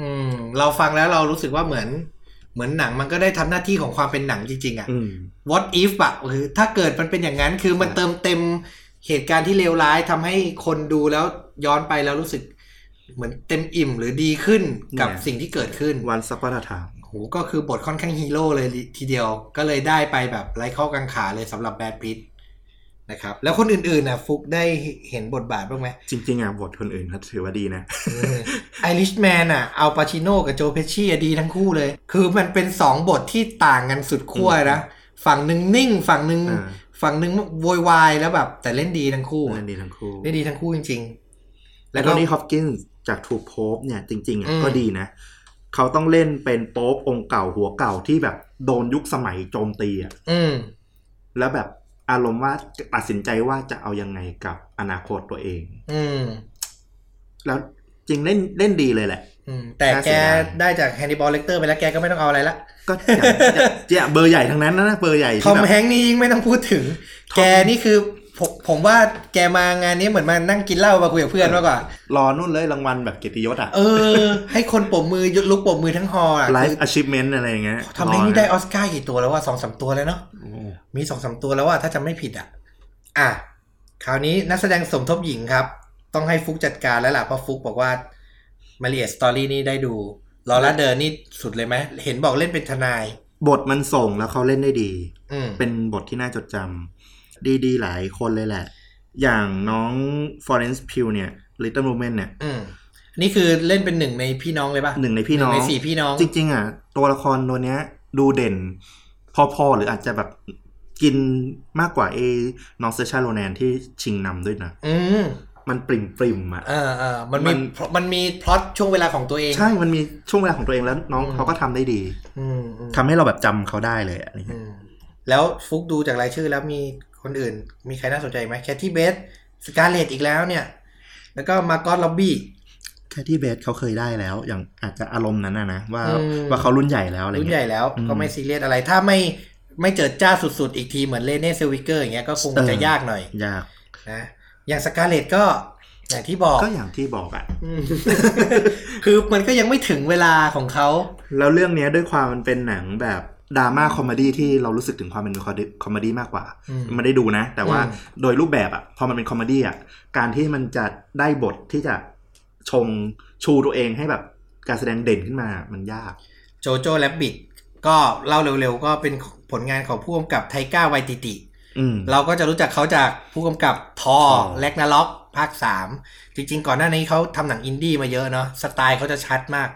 S1: อืมเราฟังแล้วเรารู้สึกว่าเหมือน เหมือนหนังมันก็ได้ทำหน้าที่ของความเป็นหนังจริงๆอ่ะ
S2: อืม
S1: what if อะคือถ้าเกิดมันเป็นอย่างนั้นคือมัน
S2: ใช่
S1: เติมเต็มเหตุการณ์ที่เลวร้ายทำให้คนดูแล้วย้อนไปแล้วรู้สึก เหมือนเต็มอิ่มหรือดีขึ้นกับสิ่งที่เกิดขึ้น
S2: วันสักวันถาม
S1: โหก็คือบทค่อนข้างฮีโร่เลยทีเดียว ก็เลยได้ไปแบบไร้ข้อกังขาเลยสำหรับแบดพิทนะครับ แล้วคนอื่นๆนะฟุกได้เห็นบทบาทบ้างไหม
S2: จริง ๆอ่ะบทคนอื่นเขาถือว่าดีนะ
S1: ไอริชแมนอ่ะเอาปาชิโน่กับโจเพชชี่อะดีทั้งคู่เลย คือมันเป็นสองบทที่ต่างกันสุดขั้วนะฝั่งหนึ่งนิ่งฝั่งหนึ่ง
S2: อ่า
S1: ฝั่งหนึ่งโวยวายแล้วแบบ แต่เล่นดีทั้งคู่
S2: เล่นดีทั้งคู่
S1: เล่นดีทั้งคู่จริง ๆ
S2: แล้
S1: แล้วว
S2: ก็
S1: ก็
S2: นี่ฮอปกินส์จากทูโพบเนี่ยจริงๆอ่ะ
S1: อืม
S2: ก็ดีนะ เขาต้องเล่นเป็นโป๊ปองค์เก่าหัวเก่าที่แบบโดนยุคสมัยโจมตีอ่ะ
S1: อืม
S2: แล้วแบบอารมณ์ว่าตัดสินใจว่าจะเอายังไงกับอนาคตตัวเอง
S1: อืม
S2: แล้วจริงเล่นเล่นดีเลยแหละ
S1: อืม แต่
S2: น่า
S1: แก
S2: เสียดาย
S1: ได้จากแฮน n ิบอลเลกเตอร์ไปแล้วแกก็ไม่ต้องเอาอะไรละ
S2: ก็อย่างจะจะเบอร์ใหญ่ทั้งนั้นนะเบอร์ใหญ่
S1: ทอ
S2: ที่
S1: ม
S2: แบบ
S1: แฮงค์นี่ยิ่งไม่ต้องพูดถึง
S2: ทอม
S1: แกนี่คือผมผมว่าแกมางานนี้เหมือนมานั่งกินเหล้ามาคุยกับเพื่อนมากกว่า
S2: รอนู่นเลยรางวัลแบบเกียรติยศอ่ะ
S1: เออ ให้คนปมมือลุกปมมือทั้งฮอลล์อ่ะ
S2: ไล
S1: คือ
S2: ฟ์อาชีพเมนต์อะไรอย่างเงี้ย
S1: ทอมแฮงค์นี่ได้ออสการ์กี่ตัวแล้วว่าสองสามตัวแล้วเนาะ
S2: โอ้
S1: มีสองสามตัวแล้วว่าถ้าจำไม่ผิดอ่ะ อ่ะ คราวนี้นักแสดงสมทบหญิงครับ ต้องให้ฟุกจัดการแล้วล่ะ เพราะฟุกบอกว่ามาริเอสตอรี่นี่ได้ดูลอร่าเดินนี่สุดเลยไหมเห็นบอกเล่นเป็นทนาย
S2: บทมันส่งแล้วเขาเล่นได้ดี
S1: อืม
S2: เป็นบทที่น่าจดจำดีๆ หลายคนเลยแหละ อย่างน้อง Florence Pugh เนี่ย Little Women เนี่ย
S1: อืมนี่คือเล่นเป็นหนึ่งในพี่น้องเลยปะ
S2: หนึ่งในพี่น้อง
S1: หในสี่พี่น้อง
S2: จริง ๆ อ่ะ ตัวละครตัวเนี้ย ดูเด่น พอ ๆ หรืออาจจะแบบกินมากกว่าเอน้องเซชาโรแนนที่ชิงนำด้วยนะ
S1: อืม
S2: มันปริ่ม ๆ อ่ะ
S1: เออเออมันมี
S2: มัน
S1: มันมีพล็อตช่วงเวลาของตัวเอง
S2: ใช่มันมีช่วงเวลาของตัวเองแล้วน้อง
S1: อืม
S2: เขาก็ทำได้ดี
S1: อืมอืม
S2: ทำให้เราแบบจำเขาได้เลยอะ
S1: อืมแล้วฟุกดูจากรายชื่อแล้วมีคนอื่น มีใครน่าสนใจไหมแคทที่เบสสกาเลตอีกแล้วเนี่ย แล้วก็มาร์กอตล็อบบี้
S2: แค่ที่เบสเขาเคยได้แล้ว อย่างอาจจะอารมณ์นั้นนะนะว่า
S1: อืม
S2: ว่าเขารุ่นใหญ่แล้วอะไร
S1: รุ่น
S2: เงี้ย
S1: ใหญ่แล้ว
S2: อืม
S1: ก็ไม่ซีเรียสอะไร ถ้าไม่ไม่เจิดจ้าสุดๆ อีกทีเหมือนเลเน่เซลวิเกอร์อย่างเงี้ยก็คง
S2: เออ
S1: จะยากหน่อย
S2: ยาก
S1: นะอย่างสกาเลตก็ อย่างที่บอก
S2: ก็อย่างที่บอกอะ
S1: อืม คือมันก็ยังไม่ถึงเวลาของเขา
S2: แล้วเรื่องเนี้ยด้วยความมันเป็นหนังแบบดราม่าคอมเมดี้ที่เรารู้สึกถึงความเป็นคอมเมดี้มากกว่า
S1: อืม
S2: ไม่ได้ดูนะ แต่ว่า
S1: อืม
S2: โดยรูปแบบอะพอมันเป็นคอมเมดี้อะการที่มันจะได้บทที่จะชงชูตัวเองให้แบบการแสดงเด่นขึ้นมามันยาก
S1: โจโจและบิดก็เล่าเร็วๆ ก็เป็นผลงานของผู้กำกับไทก้าไวติติ
S2: อืม
S1: เราก็จะรู้จักเขาจากผู้กำกับทอ
S2: ทอ
S1: แลกนาล็อกภาค 3 จริงๆ ก่อนหน้านี้เขาทำหนังอินดี้มาเยอะเนาะสไตล์เขาจะชัดมาก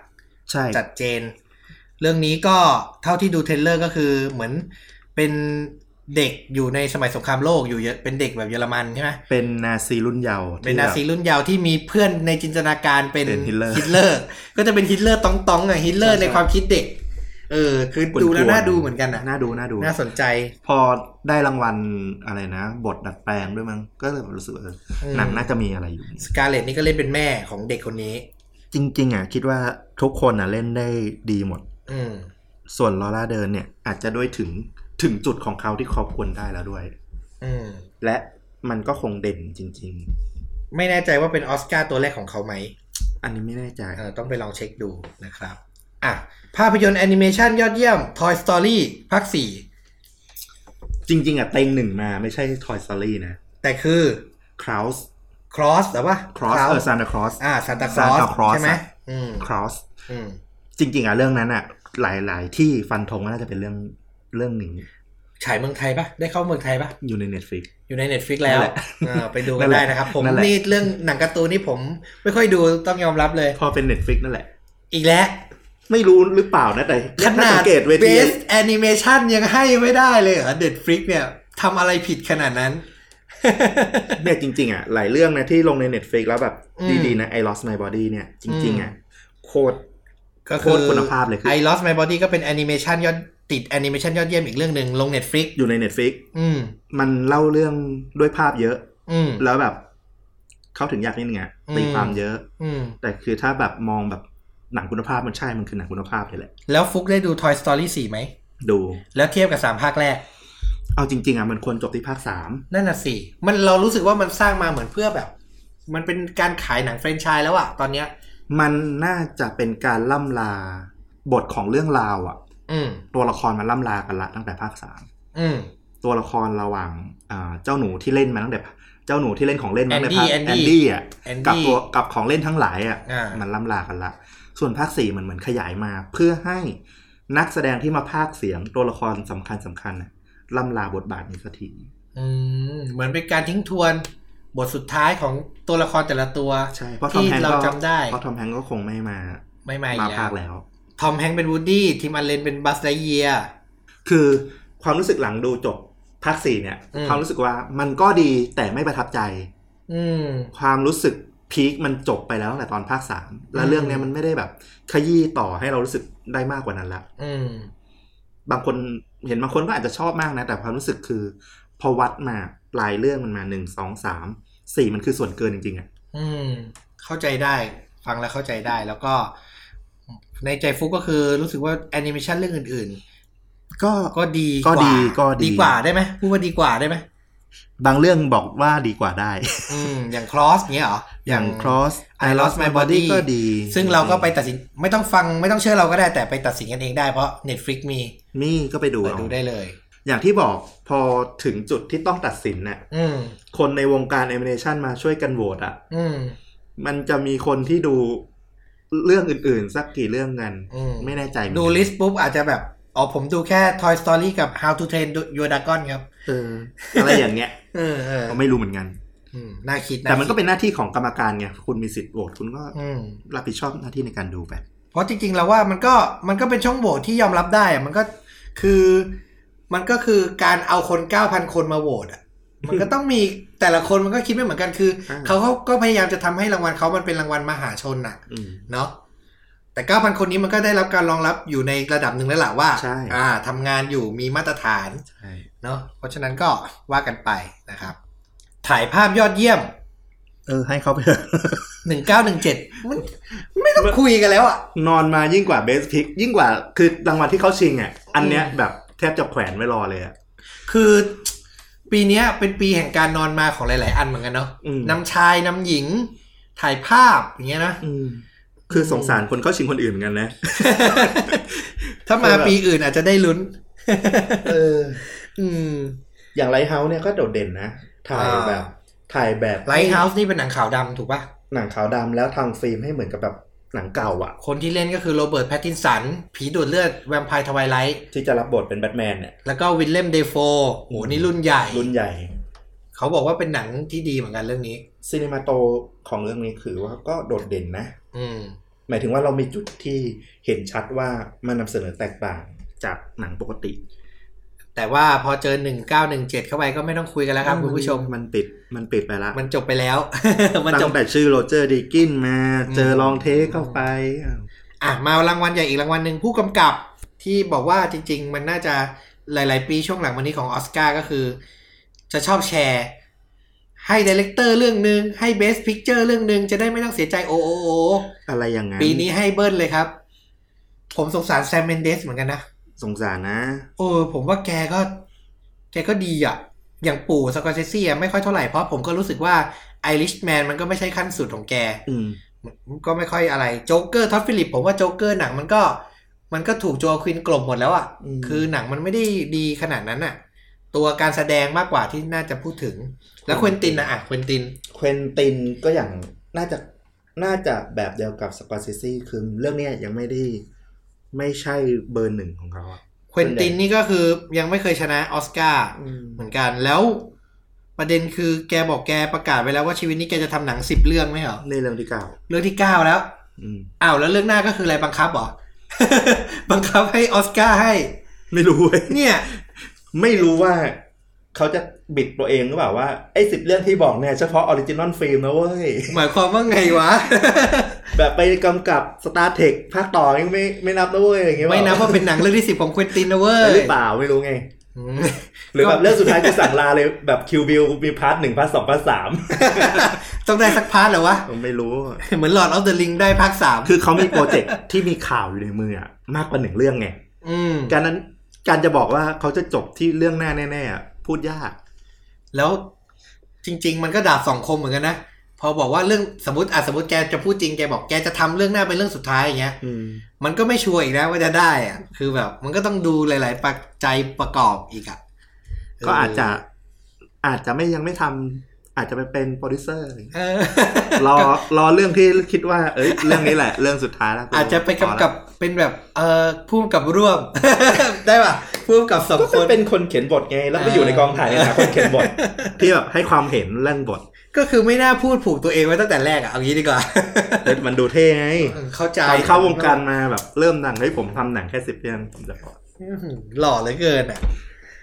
S2: ใช่
S1: จัดเจน เรื่องนี้ก็เท่าที่ดูเทรลเลอร์ก็คือเหมือนเป็นเด็กอยู่ในสมัยสงครามโลกอยู่เยอะเป็นเด็กแบบเยอรมันใช่ไหม
S2: เป็นนาซีรุ่นเยาว์
S1: เป็นนาซี
S2: ที่แบบ
S1: รุ่นยาวที่มีเพื่อนในจินตนาการเป็น
S2: เป็นฮิตเลอร์
S1: เลอร์ ก็จะเป็นฮิตเลอร์ตองๆอ่ะฮิตเลอร์
S2: ใช่
S1: ในความคิดเด็ก เออ คือดูแล้ว
S2: กวนๆ
S1: น่าดูเหมือนกันนะ
S2: น่าดูน่าดู
S1: น่าสนใจ
S2: พอได้รางวัลอะไรนะ บทดัดแปลงด้วยมั้งก็เลยแบบรู้สึกว่าเอออหนังน่าจะมีอะไรอยู่
S1: สกาเลตนี่ก็เล่นเป็นแม่ของเด็กคนนี้
S2: จริง ๆ อ่ะ คิดว่าทุกคนอ่ะเล่นได้ดีหมด
S1: อืม
S2: ส่วนลอร่าเดินเนี่ย อาจจะด้วยถึงถึงจุดของเขาที่เขาควรได้แล้วด้วย
S1: อืม
S2: และมันก็คงเด่นจริง
S1: ไม่แน่ใจว่าเป็นออสการ์ตัวแรกของเขาไหม
S2: ๆ อันนี้ไม่แน่ใจ
S1: เออต้องไปลองเช็คดูนะครับ อ่ะ ภาพยนตร์แอนิเมชันยอดเยี่ยม Toy Story ภาค
S2: จริง ๆ อ่ะ เต็งหนึ่งมาไม่ใช่ Toy Story นะ
S1: 4 แต่คือ
S2: Kraus
S1: Cross หรือว่า
S2: Cross เออ Santa Claus
S1: อ่า Santa
S2: Santa
S1: Claus
S2: Claus
S1: ใช่ไหม
S2: อะ
S1: อืม
S2: Kraus
S1: อืม
S2: จริง ๆ อ่ะ เรื่องนั้นอ่ะ หลาย ๆ ที่ฟันธงว่าน่าจะเป็นเรื่องเรื่องหนึ่ง
S1: ฉายเมืองไทยปะได้เข้าเมืองไทยปะ
S2: อยู่ใน Netflix
S1: อยู่ใน Netflix แล้ว
S2: นั่นแหละ
S1: เออไปดูกั
S2: นั่
S1: น
S2: นแห
S1: ได้
S2: ละ
S1: นะครับ ผม
S2: นั่นแหละ
S1: นี่เรื่องหนังการ์ตูนนี่ผมไม่ค่อยดูต้องยอมรับเลย
S2: พอเป็น Netflix นั่นแหละ
S1: อีกแล้ว
S2: ไม่รู้หรือเปล่านะแต่
S1: ขนา
S2: สั
S1: ด
S2: งเกตเวที
S1: Best Animation ยังให้ไม่ได้เลยเหรอ Netflix เนี่ยทำอะไรผิดขนาดนั้น
S2: เนี่ยจริง ๆ อ่ะ หลายเรื่องนะที่ลงใน Netflix แล้วแบบ
S1: อืม
S2: ดี ๆ นะ I Lost My Body เนี่ย จริง ๆ อ่ะ
S1: อื
S2: โคตร
S1: ก็คือ
S2: โคตรคุณภาพเลยคือ
S1: I Lost My Body ก็เป็นแอนิเมชันยอดติดแอนิเมชันยอดเยี่ยมอีกเรื่องหนึ่งลง Netflix
S2: อยู่ใน Netflix
S1: อืม
S2: มันเล่าเรื่องด้วยภาพเยอะ
S1: อืม
S2: แล้วแบบ เข้าถึงยากนิดนึงอ่ะตี
S1: อืม
S2: ความเยอะ
S1: อืม
S2: แต่คือถ้าแบบมองแบบหนังคุณภาพมันใช่มันคือหนังคุณภาพเลยแหละ
S1: แล้วฟุกได้ดู Toy Story 4ไหม
S2: ดู
S1: แล้วเทียบกับ 3 ภาคแรก
S2: เอาจริง ๆ อ่ะ มันควรจบที่ภาคสาม
S1: นั่นน่ะสิ มันเรารู้สึกว่ามันสร้างมาเหมือนเพื่อแบบ มันเป็นการขายหนังแฟรนไชส์แล้วอะตอนเนี้ย
S2: มันน่าจะเป็นการล่ำลาบทของเรื่องราวอ่ะ
S1: อืม
S2: ตัวละครมันล่ำลากันละตั้งแต่ภาคสาม
S1: อืม
S2: ตัวละครระหว่างอ่าเจ้าหนูที่เล่นมาตั้งแต่เจ้าหนูที่เล่นของเล่นมาตั้งแต่ภาค
S1: Andy
S2: แอ
S1: Andy
S2: นดี้อ่ะ
S1: Andy
S2: กับตัวกับของเล่นทั้งหลายอ่ะ
S1: อ่ามั
S2: มันล่ำลากันละ ส่วนภาคสี่มันเหมือนขยายมา เพื่อให้นักแสดงที่มาภาคเสียงตัวละครสำคัญสำคัญน่ะล่ำลาบทบาทนี้สักที
S1: อืม เหมือนเป็นการทิ้งทวน บทสุดท้ายของตัวละครแต่ละตัว
S2: ใช่เพราะทอม
S1: ที่
S2: แฮง
S1: เรา
S2: ก็
S1: จำได้
S2: เพราะทอมแฮงก็คงไม่มา
S1: ไม่ไม่
S2: มา
S1: อีกแล้
S2: ภาว คแล้ว
S1: ทอมแฮงค์เป็นวูดดี้ทีมอันเลนเป็นบัสไลเยีย
S2: คือความรู้สึกหลังดูจบภาคสี่เนี่ย
S1: อืม
S2: ความรู้สึกว่ามันก็ดีแต่ไม่ประทับใจ
S1: อืม
S2: ความรู้สึกพีคมันจบไปแล้วตั้งแต่ตอนภาคสามแล้
S1: อื
S2: ว
S1: ม
S2: เรื่องเนี้ยมันไม่ได้แบบขยี้ต่อให้เรารู้สึกได้มากกว่านั้นละ
S1: อืม
S2: บางคนเห็นบางคนก็อาจจะชอบมากนะ แต่ความรู้สึกคือ พอวัดมาปลายเรื่องมันมาหนึ่งสองสามสี่มันคือส่วนเกินจริงๆอะ
S1: อืม เข้าใจได้ฟังแล้วเข้าใจได้แล้วก็ ในใจฟุกก็คือรู้สึกว่าแอนิเมชันเรื่องอื่น
S2: ก็
S1: ๆ ก็ดี
S2: ก็
S1: ว่า
S2: ดีก็ดี
S1: ดีกว่าได้ไหมพูดว่าดีกว่าได้ไหม
S2: บางเรื่องบอกว่าดีกว่าได้
S1: อืม อย่างคลอสเงี้ยเหรอ
S2: อย่าง cross
S1: I
S2: I
S1: Lost
S2: lost
S1: My
S2: my
S1: Body
S2: body ก็ดี
S1: ซึ่งเราก็ไปตัดสินไม่ต้องฟังไม่ต้องเชื่อเราก็ได้แต่ไปตัดสินกันเองได้เพราะ Netflix มี
S2: มี่ก็ไปดู
S1: เปิด
S2: เอา
S1: ดูได้เลย
S2: อย่างที่บอกพอถึงจุดที่ต้องตัดสินน่ะ
S1: อืม
S2: คนในวงการแอนิเมชันมาช่วยกันโหวตอ่ะ
S1: อืม
S2: มันจะมีคนที่ดูเรื่องอื่นๆ สักกี่เรื่องกัน
S1: อืม
S2: ไม่แน่ใจเหมือนกัน
S1: ดูลิสต์ปุ๊บอาจจะแบบอ๋อผมดูแค่ Toy Story กับ How to Train Your Dragon ครับ
S2: เอออะไรอย่างเงี้ย
S1: เออเออ
S2: ก็ไม่รู้เหมือนกัน
S1: อืมน่าคิด
S2: แต่มันก็
S1: าคิด
S2: เป็นหน้าที่ของกรรมการไงคุณมีสิทธิ์โหวตคุณก็
S1: อืม
S2: รับผิดชอบหน้าที่ในการดูไป
S1: เพราะจริงๆแล้วว่ามันก็มันก็เป็นช่องโหว่ที่ยอมรับได้อะมันก็คือมันก็คือการเอาคน 9,000 คนมาโหวตอะมันก็ต้องมี แต่ละคนมันก็คิดไม่เหมือนกันคืออา เขาเขาก็พยายามจะทำให้รางวัลเขามันเป็นรางวัลมหาชนน่ะ
S2: อืม
S1: เนาะแต่ 9,000 คนนี้มันก็ได้รับการรองรับอยู่ในระดับหนึ่งแล้วล่ะว่า
S2: ใช่
S1: อ่าทำงานอยู่มีมาตรฐาน
S2: ใช่
S1: เนาะเพราะฉะนั้นก็ว่ากันไปนะครับ ถ่ายภาพยอดเยี่ยม
S2: เออ ให้เขาไปเถอะ
S1: 1917มันไม่ต้องคุยกันแล้วอะ
S2: นอนมายิ่งกว่าเบสพิกยิ่งกว่าคือรางวัลที่เขาชิงอ่ะอันเนี้ย
S1: อืม
S2: แบบแทบจะแขวนไว้รอเลยอ่ะ
S1: คือปีเนี้ยเป็นปีแห่งการนอนมาของหลาย ๆ อันเหมือนกันเนาะ
S2: อืม
S1: นำชายนำหญิง ถ่ายภาพอย่างเงี้ยนะ
S2: คือสงสารคนเข้าชิงคนอื่นเหมือนกันนะ
S1: ถ้ามาปีอื่นอาจจะได้ลุ้น
S2: เออ
S1: อืม
S2: อย่างไรเฮาเนี่ยก็โดดเด่นนะ ถ่าย
S1: อ่า
S2: แบบ ถ่ายแบบ
S1: ไลท์เฮาส์นี่เป็นหนังขาวดำถูกปะ
S2: หนังขาวดำแล้วทำฟิล์มให้เหมือนกับแบบหนังเก่าอ่ะ
S1: คนที่เล่นก็คือโรเบิร์ตแพตตินสัน ผีดูดเลือดแวมไพร์ทวายไลท์
S2: ที่จะรับบทเป็นแบทแมนเนี่ย
S1: แล้วก็วิลเลมเดโฟโหนี่รุ่นใหญ่
S2: รุ่นใหญ่
S1: เขาบอกว่าเป็นหนังที่ดีเหมือนกันเรื่องนี้
S2: ซีนิมาโตของเรื่องนี้คือว่าก็โดดเด่นนะ
S1: อืม
S2: หมายถึงว่าเรามีจุดที่เห็นชัดว่ามันนำเสนอแตกต่างจากหนังปกติ
S1: แต่ว่าพอเจอหนึ่งเก้าหนึ่งเจ็ดเข้าไปก็ไม่ต้องคุยกันแล้วครับคุณผู้ชม
S2: มันปิดมันปิดไปละ
S1: มันจบไปแล้ว มันจ
S2: ตั้
S1: บ
S2: งแต่ชื่อโรเจอร์ดีกินมา
S1: อืม
S2: เจอลองเทคเข้าไปอ้าว
S1: อ่ะมารางวัลใหญ่อีกรางวัลหนึ่งผู้กำกับ ที่บอกว่าจริง ๆ มันน่าจะหลาย ๆ ปีช่วงหลังมานี้ของออสการ์ก็คือ จะชอบแชร์ ให้ดีเลกเตอร์เรื่องหนึ่งให้เบสพิกเจอร์เรื่องหนึ่งจะได้ไม่ต้องเสียใจโอโอโอ
S2: อะไรอย่างนั้น
S1: ปีนี้ให้เบิ้ลเลยครับ ผมสงสารแซมเมนเดสเหมือนกันนะ
S2: สงสารนะ
S1: โอ้ผมว่าแกก็ แกก็ดีอะอย่างปู่สกอร์เซซีอะไม่ค่อยเท่าไหร่เพราะผมก็รู้สึกว่าไอริชแมนมันก็ไม่ใช่ขั้นสุดของแก
S2: อืม
S1: ก็ไม่ค่อยอะไรโจ๊กเกอร์ท็อดฟิลิปผมว่าโจ๊กเกอร์หนังมันก็ มันก็ถูกโจควินกลบหมดแล้วอะ่ะ
S2: อืม
S1: คือหนังมันไม่ได้ดีขนาดนั้นอะ่ะ ตัวการแสดงมากกว่าที่น่าจะพูดถึง แล้วควินตินนะอ่ะควินติน
S2: เควินตินก็อย่างน่าจะน่าจะแบบเดียวกับสกอร์เซซีคือเรื่องเนี้ยยังไม่ได้ไม่ใช่เบอร์หนึ่งของเขาอะ
S1: ควินตินนี่ก็คือยังไม่เคยชนะออสการ์เหมือนกันแล้ว ประเด็นคือแกบอกแกประกาศไว้แล้วว่าชีวิตนี้แกจะทำหนังสิบเรื่องไหมเหรอ
S2: ในเรื่องที่เก้า
S1: เรื่องที่เก้าแล้ว
S2: อืม
S1: อ้าวแล้วเรื่องหน้าก็คืออะไรบังคับเหรอ บังคับให้ออสการ์ให้
S2: ไม่รู้เว้ย
S1: เนี่ย
S2: ไม่รู้ว่าเขาจะบิดตัวเองหรือเปล่าว่า ไอ้สิบเรื่องที่บอกเนี่ย เฉพาะออริจินอลฟิล์มนะเว้ย
S1: หมายความว่าไง วะ
S2: แบบไปกำกับสตาร์เทคภาคต่อยังไม่ไม่นับนะเว้ยอย่างเงี้ย
S1: ไม่นับว่าเป็นหนังเรื่องที่สิบของควินตินนะเว้ย
S2: หรือเปล่าไม่รู้ไง
S1: อืม
S2: หรือแบบเรื่องสุดท้ายกูสั่งลาเลยแบบคิวบิลมีพาร์ทหนึ่งพาร์ทสองพาร์ทสาม
S1: ต้องได้สักพาร์ทเหรอวะ
S2: ผมไม่รู้
S1: เหมือนหลอดออฟเดอะลิงได้ภาคสาม
S2: คือเขามีโปรเจกต์ที่มีข่าวอยู่ในมืออะมากกว่าหนึ่งเรื่องไง
S1: อืม
S2: การนั้นการจะบอกว่าเขาจะจบที่เรื่องหน้าแน่ๆอะพูดยาก
S1: แล้วจริง ๆ มันก็ดาบสองคมเหมือนกันนะ พอบอกว่าเรื่องสมมติอ่ะสมมติแกจะพูดจริงแกบอกแกจะทำเรื่องหน้าเป็นเรื่องสุดท้ายอย่างเงี้ย
S2: อืม
S1: มันก็ไม่ชัวร์อีกนะว่าจะได้อ่ะ คือแบบ มันก็ต้องดูหลายๆ ปัจจัยประกอบอีกอ่ะ
S2: ก็อาจจะอาจจะไม่ยังไม่ทำอาจจะไปเป็นโปรดิวเซอร์อะไรอย่างเงี้ย
S1: เออ
S2: รอ รอเรื่องที่คิดว่า เอ้ยเรื่องนี้แหละ เรื่องสุดท้ายแล้ว
S1: อาจจะไปกำกับเป็นแบบเอ่อผู้กำกับร่วม ได้ป่ะผู้กำกับสอง
S2: ก็
S1: ค
S2: จะ
S1: น
S2: เป็นคนเขียนบทไง แล้วไปอยู่ในกองถ่ ายในฐานะคนเขียนบท ที่แบบให้ความเห็นเรื่องบท
S1: ก็คือไม่น่าพูดผูกตัวเองไว้ตั้งแต่แรกอ่ะเอางี้ดีกว่า
S2: เฮ้ย มันดูเท่ไง
S1: เออเข้าใจ
S2: ตอนเข้าวงการมาแบบเริ่มหนังเฮ้ยผมทำหนังแค่สิบเรื่องผมจะพอ
S1: อื้อหือหล่อเหลือเกินอ่ะ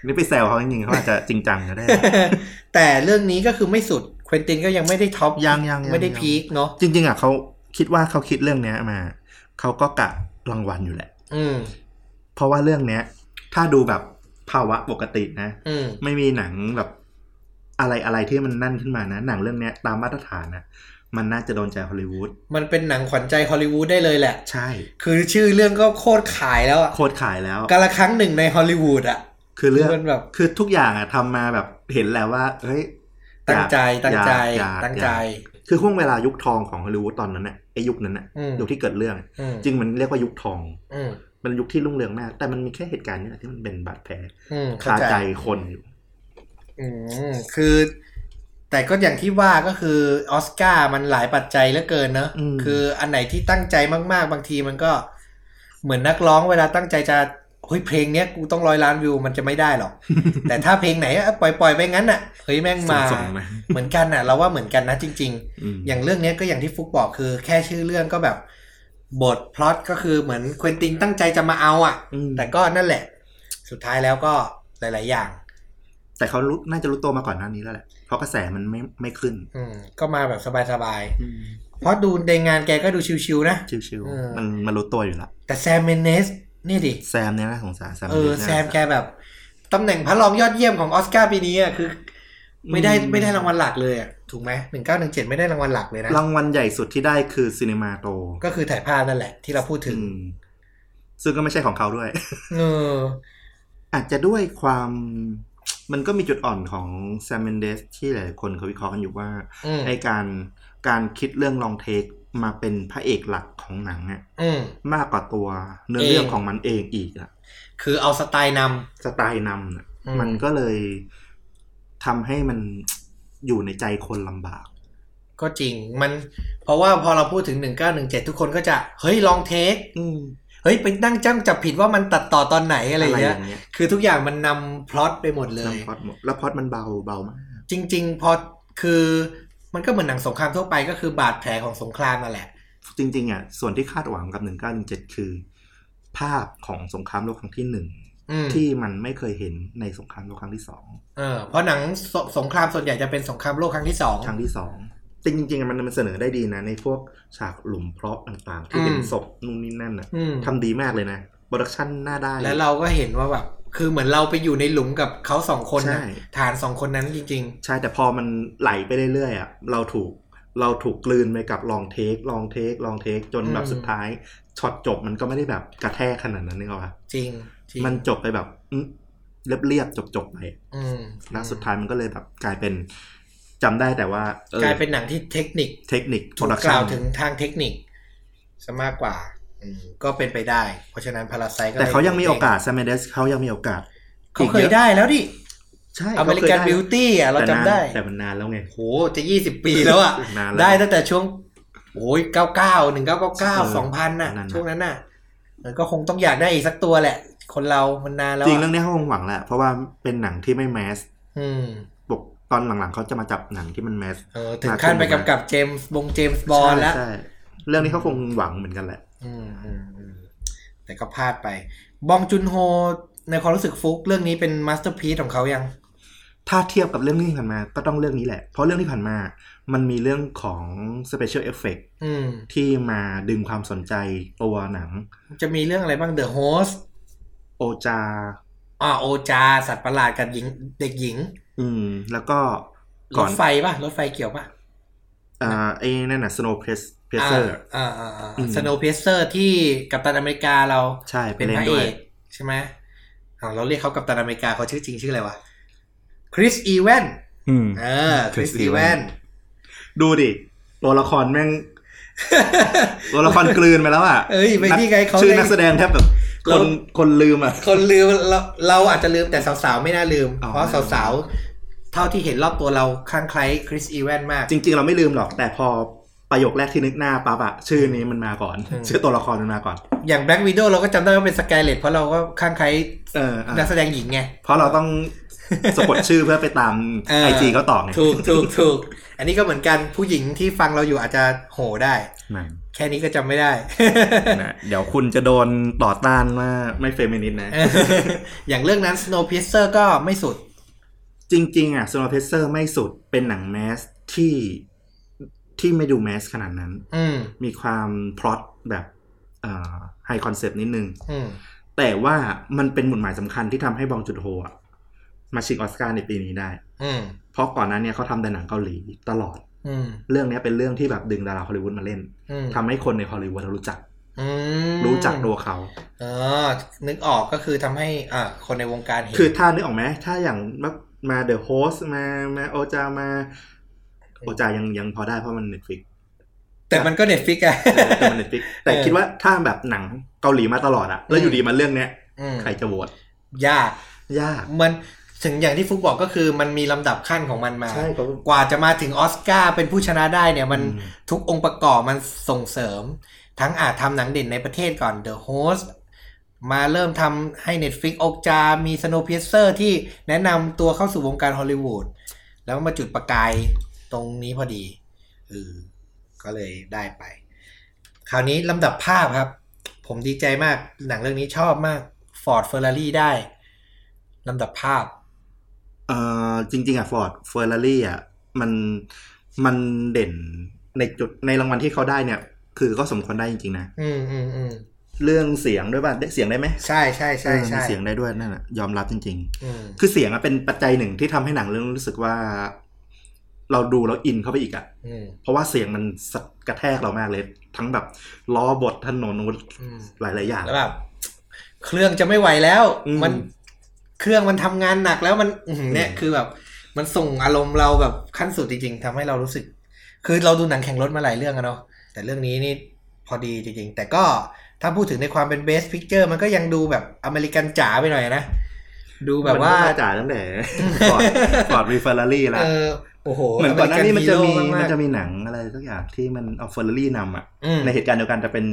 S2: นี่ไปแซวเขาจริงๆเขาอาจจะจริงจังก็ได้
S1: แต่เรื่องนี้ก็คือไม่สุดควินตินก็ยังไม่ได้ท็อป
S2: ยังยังยัง
S1: ไม่ได้พีคเนาะ
S2: จริง ๆอ่ะเขาคิดว่าเขาคิดเรื่องเนี้ยมาเขาก็กะรางวัลอยู่แหละ
S1: อืม
S2: เพราะว่าเรื่องเนี้ย ถ้าดูแบบภาวะปกตินะ
S1: อืม
S2: ไม่มีหนังแบบอะไรอะไรที่มันนั่นขึ้นมานะ หนังเรื่องเนี้ยตามมาตรฐานนะมันน่าจะโดนใจฮอลลีวูด
S1: มันเป็นหนังขวัญใจฮอลลีวูดได้เลยแหละ
S2: ใช่
S1: คือชื่อเรื่องก็โคตรขายแล้วอะ
S2: โคตรขายแล้ว
S1: กาละครั้งหนึ่งในฮอลลีวูดอะ
S2: คือเรื่อง
S1: มันแบบ
S2: คือทุกอย่างอะทำมาแบบเห็นแล้วว่าเฮ้ย
S1: ตั้งใจ
S2: อยาก
S1: ตั้งใจ
S2: อยากอยาก
S1: ตั้งใจ
S2: อยากคือห่วงเวลายุคทองของฮอลลีวูดตอนนั้นน่ะไอยุคนั้นน่ะ
S1: อืม
S2: ยุคที่เกิดเรื่อง
S1: อืม
S2: จริงมันเรียกว่ายุคทอง
S1: อืม
S2: มันยุคที่รุ่งเรืองมาก แต่มันมีแค่เหตุการณ์นี้แหละที่มันเป็นบาดแผล
S1: อืม
S2: คา
S1: เข้าใจ
S2: ใจคนอยู่
S1: อืมคือ แต่ก็อย่างที่ว่าก็คือออสการ์มันหลายปัจจัยเหลือเกินเนอะคืออันไหนที่ตั้งใจมากๆ บางทีมันก็ เหมือนนักร้องเวลาตั้งใจจะเฮ้ยเพลงเนี้ยกูต้องร้อยล้านวิวมันจะไม่ได้หรอก แต่ถ้าเพลงไหนอะปล่อยๆไปงั้นอ่ะเฮ้ยแม่งมา
S2: ส่งๆมา
S1: เหมือนกันอ่ะ เราว่าเหมือนกันนะจริง ๆ
S2: อืม
S1: อย่างเรื่องเนี้ยก็อย่างที่ฟุกบอกคือแค่ชื่อเรื่องก็แบบ บทพล็อตก็คือเหมือนควินตินตั้งใจจะมาเอาอ่ะ
S2: อืม
S1: แต่ก็นั่นแหละ สุดท้ายแล้วก็หลาย ๆ อย่าง
S2: แต่เขารู้น่าจะรู้ตัวมาก่อนหน้านี้แล้วแหละเพราะกระแสมันไม่ไม่ขึ้น
S1: อืมก็มาแบบสบายๆ เพราะดูในงานแกก็ดูชิวๆนะ
S2: ชิว
S1: เออ
S2: ๆ มันมันรู้ตัวอยู่ละ
S1: แต่แซมเมนเนสนี่ดิ
S2: แซมเนี่ยน่าสงสารแซม
S1: เออ
S2: นี่ยน่า
S1: แซ
S2: สงสาร
S1: มแกแบบตำแหน่งพระรองยอดเยี่ยมของออสการ์ปีนี้อ่ะคือ ไม่ได้
S2: อืม
S1: ไม่ได้รางวัลหลักเลยอ่ะถูกไหมหนึ่งเก้าหนึ่งเจ็ดไม่ได้รางวัลหลักเลยนะ
S2: รางวัลใหญ่สุดที่ได้คือซีนีมาโต
S1: ก็คือถ่ายภาพนั่นแหละที่เราพูดถึง
S2: ซึ่งก็ไม่ใช่ของเขาด้วย
S1: เออ
S2: อาจจะด้วยความ มันก็มีจุดอ่อนของแซมเมนเดสที่หลายๆคนเขาวิเคราะห์กันอยู่ว่า
S1: อืม
S2: ไอการการคิดเรื่องลองเทคมาเป็นพระเอกหลักของหนังอะ
S1: อืม
S2: มากกว่าตัวเนื้อ
S1: เอง
S2: เรื่องของมันเองอีกอะ
S1: คือเอาสไตล์นำ
S2: สไตล์นำน่ะ
S1: อืม
S2: มันก็เลยทำให้มัน อยู่ในใจคนลำบาก
S1: ก็จริงมัน เพราะว่าพอเราพูดถึง 1917 ทุกคนก็จะ เฮ้ยลองเทค
S2: อืม
S1: เฮ้ยไปนั่งจ้ำจับผิดว่ามันตัดต่อตอนไหนอะไรอย่างเงี้ย
S2: างเงี้ย
S1: คือทุกอย่างมันนำพล็อตไปหมดเลย
S2: นำพล็อดหมดแล้วพล็อดมันเบาเบามาก
S1: จริง ๆ พอคือมันก็เหมือนหนังสงครามทั่วไปก็คือบาดแผลของสงครามนั่นแหละ
S2: จริง ๆอ่ะส่วนที่คาดหวังกับ 1917 คือ ภาพของสงครามโลกครั้งที่หนึ่ง
S1: อืม
S2: ที่มันไม่เคยเห็นในสงครามโลกครั้งที่สอง
S1: เออเพราะหนังสสงครามส่วนใหญ่จะเป็นสงครามโลกครั้งที่สอง
S2: ครั้งที่สองจริงจริงๆอะมันมันเสนอได้ดีนะ ในพวกฉากหลุมเพราะต่างๆ ที่เป็น
S1: อืม
S2: ศพนู่นนี่นั่นอ่ะ
S1: อืม
S2: ทำดีมากเลยนะโปรดักชันน่าได้
S1: แล้วเราก็เห็นว่าแบบคือเหมือนเราไปอยู่ในหลุมกับเขาสองคนนะ
S2: ใช่
S1: ฐานสองคนนั้นจริง
S2: ใช่แต่พอมันไหลไปเรื่อยๆอ่ะเราถูกเราถูกกลืนไปกับลองเทคลองเทคลองเทคจนแบ
S1: อื
S2: บ
S1: ม
S2: สุดท้ายช็อตจบมันก็ไม่ได้แบบกระแทกขนาดนั้นนึกออกปะ
S1: ๆ จริงจริง
S2: มันจบไปแบบอื้อเรียบๆจบๆไป
S1: อืม
S2: แล้วสุดท้ายมันก็เลยแบบกลายเป็นจำได้แต่ว่าออก
S1: ลายเป็นหนังที่เทคนิค
S2: เทคนิคโป
S1: ถู
S2: ร
S1: ก
S2: ดัก
S1: ก
S2: ชั่
S1: ล่าน วถึงทางเทคนิคซะมากกว่าอืมก็เป็นไปได้ เพราะฉะนั้นพาราไซก็ล
S2: แต่เขายังมีโอกาสซ a มเดสเขายังมีโอกาส
S1: เขาเคยได้แล้วดิ
S2: ใช่
S1: อเมริกันบิวตี้อ่ะ เราจำได้
S2: แต่มันนานแล้วไง
S1: โหจะยี่สิบปีแล้วอ่ะ
S2: นานแล้ว
S1: ได้ตั้งแต่ช่วงโอ้ยเก้าเก้าหนึ่งเก้าเก้าเก้าสองพันน่ะ
S2: นั่นน่ะ
S1: ช่วงนั้นน่ะมันก็คงต้องอยากได้อีกสักตัวแหละ คนเรามันนานแล้ว
S2: จริงเรื่
S1: อะ
S2: องนี้เขาคงหวังแหละเพราะว่าเป็นหนังที่ไม่แมส
S1: อืม
S2: ปกตอนหลังๆเขาจะมาจับหนังที่มันแมส
S1: เออถึงขั้นไปกำกับเจมส์บงเจมส์บอลแล้ว
S2: ใช่ใช่เรื่องนี้เขาคงหวังเหมือนกันแหละ
S1: อืมอืมอืมแต่ก็พลาดไป บองจุนโฮ ในความรู้สึกฟุกเรื่องนี้เป็นมาสเตอร์พี e ของเขายัง
S2: ถ้าเทียบกับเรื่องที่ผ่านมาก็ต้องเรื่องนี้แหละ เพราะเรื่องที่ผ่านมา มันมีเรื่องของ Special Effect
S1: อืม
S2: ที่มาดึงความสนใจตัวหนัง
S1: จะมีเรื่องอะไรบ้างเดอะโฮส
S2: โอจา
S1: อ่าโอจา สัตว์ประหลาดกับหญิง เด็กหญิง
S2: อืม แล้วก็
S1: ร
S2: ก่อ
S1: ถ
S2: น
S1: ไฟป่ะ รถไฟเกี่ยวป่ะ
S2: อ่าไอ้นั่นน่ะ Snow p r e s s e r
S1: อ่าอ่าอ่า
S2: อืม
S1: สโนว์เพสเซอร์ที่กัปตันอเมริกาเรา
S2: ใช่ไป
S1: เป็น
S2: เล่
S1: พ
S2: น
S1: ระ
S2: ด้
S1: เอ
S2: วย
S1: กใช่ไหมอ่าเราเรียกเขากัปตันอเมริกาเขาชื่อจริงชื่ออะไรวะคริสอีแวน
S2: อืม
S1: เออคริส
S2: Chris
S1: อีแวน
S2: Evans ดูดิ ตัวละครแม่ง ตัวละครกลืนไปแล้วอ่ะ
S1: เอ้ยไม่นี่ไงเขา
S2: ชื่อ
S1: เล่น
S2: นักแสดงแทบแบบคนคนลืมอ่ะ
S1: คนลืมเราเราอาจจะลืมแต่สาวๆ ไม่น่าลืม
S2: อ๋อ
S1: เพราะสาวๆ เท่าที่เห็นรอบตัวเราคลั่งไคล้คริสอีแวนมาก
S2: จริงๆ เราไม่ลืมหรอก แต่พอประโยคแรกที่นึกหน้าปั๊บอะชื่อนี้มันมาก่อน
S1: อืม
S2: ชื่อตัวละครมันมาก่อน
S1: อย่างแบล็กวิดโอเราก็จำได้ว่าเป็นสกายเลตเพราะเราก็คลั่งไคล้
S2: เอออ่ะ
S1: นักแสดงหญิงไง
S2: เพราะเราต้องสะกดชื่อเพื่อไปตาม
S1: เออ
S2: ไอจีเขาต่อไง
S1: ถูกถูกถูกอันนี้ก็เหมือนกันผู้หญิงที่ฟังเราอยู่อาจจะโหได้
S2: นั่น
S1: แค่นี้ก็จำไม่ได้
S2: นะเดี๋ยวคุณจะโดนต่อต้านว่าไม่เฟมินิสต์นะ
S1: อย่างเรื่องนั้น Snowpiercer ก็ไม่สุด
S2: จริง ๆ อ่ะ s n o w p r e s s e r ไม่สุดเป็นหนังแมสที่ที่ไม่ดูแมสขนาดนั้น
S1: อืม
S2: มีความพล็อตแบบไฮคอนเซปต์นิดนึง
S1: อืม
S2: แต่ว่ามันเป็นหมุดหมายสำคัญที่ทำให้บองจุดโฮอะมาชิงออสการ์ในปีนี้ได้
S1: อืม
S2: เพราะก่อนหนั้นเนี่ยเขาทำแต่หนังเกาหลีตลอด
S1: อืม
S2: เรื่องเนี้ยเป็นเรื่องที่แบบดึงดาราฮอลลีวูดมาเล่น
S1: อืม
S2: ทำให้คนในฮอลลีวูดรู้จัก
S1: อืม
S2: รู้จักตัวเขา
S1: เออนึกออกก็คือทำให้ อ่า คนในวงการเห็น
S2: คือถ้านึกออกไหมถ้าอย่างมามาเดอะโฮสมามาโอจามา โอจายังยังพอได้เพราะมันเน็ตฟิก
S1: แต่มันก็เน็ตฟิกอะ
S2: แต่มันเน็ตฟิกแต่คิดว่าถ้าแบบหนังเกาหลีมาตลอดอะแล้วอยู่ดีมาเรื่องเนี้ย
S1: อืม
S2: ใครจะโหวต
S1: ยาก
S2: ยาก
S1: มันถึงอย่างที่ฟุกบอกก็คือมันมีลำดับขั้นของมันมา
S2: ใช่เขา
S1: กว่าจะมาถึงออสการ์เป็นผู้ชนะได้เนี่ยมัน
S2: อืม
S1: ทุกองค์ประกอบมันส่งเสริม ทั้งอาจทำหนังเด่นในประเทศก่อน The Host มาเริ่มทำให้ Netflix อกจา มี Snowpiercer ที่แนะนำตัวเข้าสู่วงการฮอลลีวูดแล้วมาจุดประกายตรงนี้พอดีเออก็เลยได้ไป คราวนี้ลำดับภาพครับ ผมดีใจมากหนังเรื่องนี้ชอบมาก Ford Ferrari ได้ลำดับภาพ
S2: เอ่อจริง ๆอะฟอร์ดเฟอร์รารี่อะมันมันเด่นในจุดในรางวัลที่เขาได้เนี่ย คือก็สมควรได้จริงๆนะ
S1: อืมอืมอืม
S2: เรื่องเสียงด้วยป่ะได้เสียงได้ไหม
S1: ใช่ใช่ใช่
S2: เออ
S1: ใช่
S2: มีเสียงได้ด้วยนั่นแหละยอมรับจริง
S1: อืม
S2: ๆ คือเสียงอะเป็นปัจจัยหนึ่งที่ทำให้หนังเรื่องรู้สึกว่า เราดูแล้วอินเข้าไปอีกอะ
S1: อืม
S2: เพราะว่าเสียงมันสะกระแทกเรามากเลย ทั้งแบบล้อบทถนนหลายๆอย่าง
S1: แล้วแบบเครื่องจะไม่ไหวแล้ว
S2: อืม
S1: มัน เครื่องมันทำงานหนักแล้วมันอื้อหือเนี่ยคือแบบมันส่งอารมณ์เราแบบขั้นสุดจริงๆทำให้เรารู้สึก คือเราดูหนังแข่งรถมาหลายเรื่องอะเนาะแต่เรื่องนี้นี่พอดีจริงๆ แต่ก็ถ้าพูดถึงในความเป็นเบสพิกเจอร์มันก็ยังดูแบบอเมริกันจ๋าไปหน่อยนะ ดูแบบว่า
S2: มันก็น่จ่ายตั้งแต่ก่อนก่อนมีเฟอร์รารี่แล้ว
S1: เออโอ้โห
S2: เหมือนก่อนหน้านี้มันจะมี
S1: อเริกัฮีโร่
S2: มัน
S1: มากๆ
S2: จะมีหนังอะไรสักอย่างที่มันเอาเฟอร์รารี่นำอ่ะ
S1: อืม
S2: ในเหตุการณ์เดียวกันแต่เป็น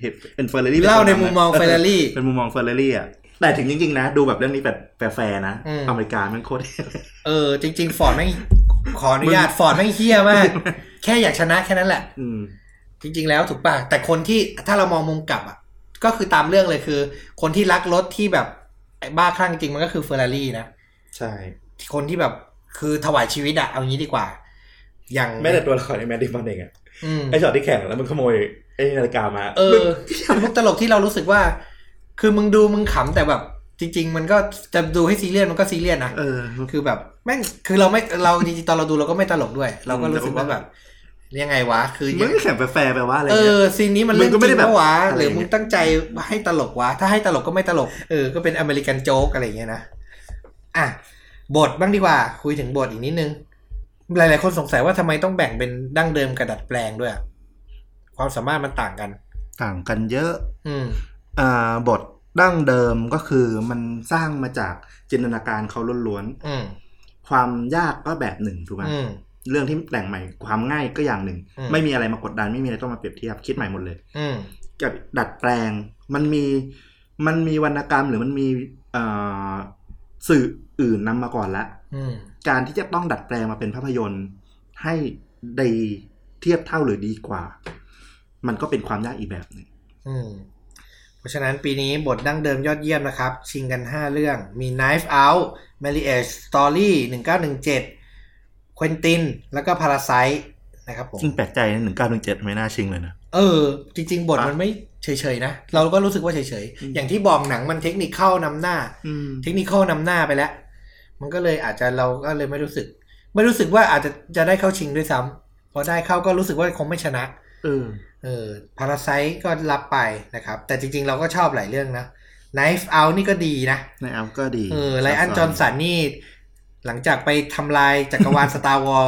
S2: เหตุเป็นเฟอร์รารี่
S1: เล่าในมุมมอง Ferrari
S2: เป็นมุมมองเฟอร์รารี่อ่ะแต่ถึงจริงๆนะ ดูแบบเรื่องนี้แบบแฟร์ๆนะ
S1: อืม
S2: อเมริกาแมันโคตร
S1: เออจริงๆฟอร์ดไม่งขออนุญาตฟอร์ดไม่งเฮี้ย มาก แค่อยากชนะแค่นั้นแหละ
S2: อืม
S1: จริง ๆ แล้วถูกป่ะแต่คนที่ถ้าเรามองมุมกลับอ่ะก็คือตามเรื่องเลยคือ คนที่รักรถที่แบบไอ้บ้าคลั่งจริงมันก็คือเฟอร์รารี่นะ
S2: ใช่
S1: คนที่แบบคือถวายชีวิตอะเอางี้ดีกว่า อย่าง
S3: แม้แต่ตัวละครในแมดดิฟอนเองอะ
S1: อืม
S3: ไอช็อตที่แข่งแล้วมันขโมยไอนาฬิกามา
S1: เออเป็นมุกตลกที่เรารู้สึกว่า คือมึงดูมึงขำแต่แบบ จริง ๆ มันก็จะดูให้ซีเรียสมันก็ซีเรียสนะ
S2: เออ
S1: คือแบบแม่งคือเราไม่เราจริงๆตอนเราดูเราก็ไม่ตลกด้วย เราก็รู้สึกว่าแบบยังไงวะ คือ
S2: มันไม่แข่งแฟร์ๆไปว่าอะไร
S1: เอ
S2: เงี้ย
S1: อซีนนี้มัน
S2: มึ
S1: เล่น
S2: ง
S1: จ
S2: ก็ไม่
S1: ริ
S2: ได้
S1: ง
S2: แบบ
S1: ปะวะ
S2: อะไรอย่างเงี้
S1: หรือ
S2: ย
S1: มึงตั้งใจให้ตลกวะถ้าให้ตลกก็ไม่ตลกเออก็เป็นอเมริกันโจ๊กอะไรอย่างเงี้ยนะอ่ะบทบ้างดีกว่า คุยถึงบทอีกนิดนึง หลายๆคนสงสัยว่าทำไมต้องแบ่งเป็นดั้งเดิมกับดัดแปลงด้วยอะความสามารถมันต่างกัน
S2: ต่างกันเยอะ
S1: อืม
S2: อ่าบทดั้งเดิมก็คือมันสร้างมาจากจินตนาการเขาล้วน
S1: อืม
S2: ๆ ความยากก็แบบหนึ่งถูกไหม
S1: อืม
S2: เรื่องที่แต่งใหม่ความง่ายก็อย่างหนึ่ง
S1: อืม
S2: ไม่มีอะไรมากดดันไม่มีอะไรต้องมาเปรียบเทียบคิดใหม่หมดเลย
S1: อืม
S2: กับดัดแปลงมันมีมันมีวรรณกรรมหรือมันมีเอ่อสื่ออื่นนำมาก่อนละ
S1: อืม
S2: การที่จะต้องดัดแปลงมาเป็นภาพยนตร์ ให้ดีเทียบเท่าหรือดีกว่า มันก็เป็นความยากอีกแบบหนึ่ง
S1: อืม เพราะฉะนั้นปีนี้บทดั้งเดิมยอดเยี่ยมนะครับ ชิงกัน 5 เรื่อง มี Knife Out Marriage Story 1917 Quentin แล้วก็ Parasite นะครับผม
S2: ซึ่งแปลกใจนะหนึ่งเก้าหนึ่งเจ็ดไม่น่าชิงเลยนะ
S1: เออ จริง ๆ บทมันไม่เฉย ๆ นะ เราก็รู้สึกว่าเฉย
S2: อืม
S1: ๆ อย่างที่บอกหนังมันเทคนิคเข้านำหน้า เทคนิคเข้านำหน้าไปแล้ว มันก็เลยอาจจะเราก็เลยไม่รู้สึก ไม่รู้สึกว่าอาจจะจะได้เข้าชิงด้วยซ้ำพอได้เข้าก็รู้สึกว่าคงไม่ชนะ
S2: เออ
S1: เออพาราไซก็รับไปนะครับ แต่จริงๆ เราก็ชอบหลายเรื่องนะ Knife Out นี่ก็ดีนะ
S2: ในแอปก็ดี
S1: เออไลอันจอห์นสันนี่ หลังจากไปทำ ลายจักรวาล สตาร์วอล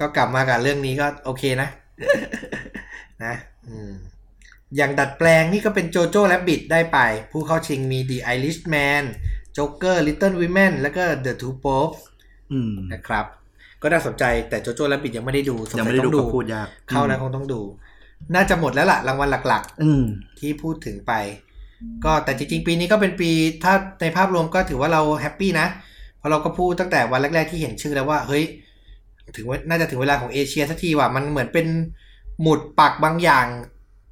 S1: ก็กลับมากับเรื่องนี้ก็โอเคนะ นะอืมอย่างดัดแปลงนี่ก็เป็นโจโจ้และบิดได้ไป ผู้เข้าชิงมี The Irishman Joker Little Women แล้วก็ The Two Popes
S2: อืม
S1: นะครับ ก็น่าสนใจแต่โจโจ้และบิดยังไม่ได้ดูสสั
S2: ยังไม่ได้ดู
S1: ต้อง
S2: ก็พูดยาก
S1: เข้าแล้วคงต้องดู น่าจะหมดแล้วล่ะรางวัลหลัก ๆ
S2: อืม
S1: ที่พูดถึงไป ก็แต่จริงๆ ปีนี้ก็เป็นปีถ้าในภาพรวมก็ถือว่าเราแฮปปี้นะเพราะเราก็พูดตั้งแต่วันแรกๆที่เห็นชื่อแล้วว่า เฮ้ย ถึงว่าน่าจะถึงเวลาของเอเชียสักทีว่ะมันเหมือนเป็นหมุดปักบางอย่าง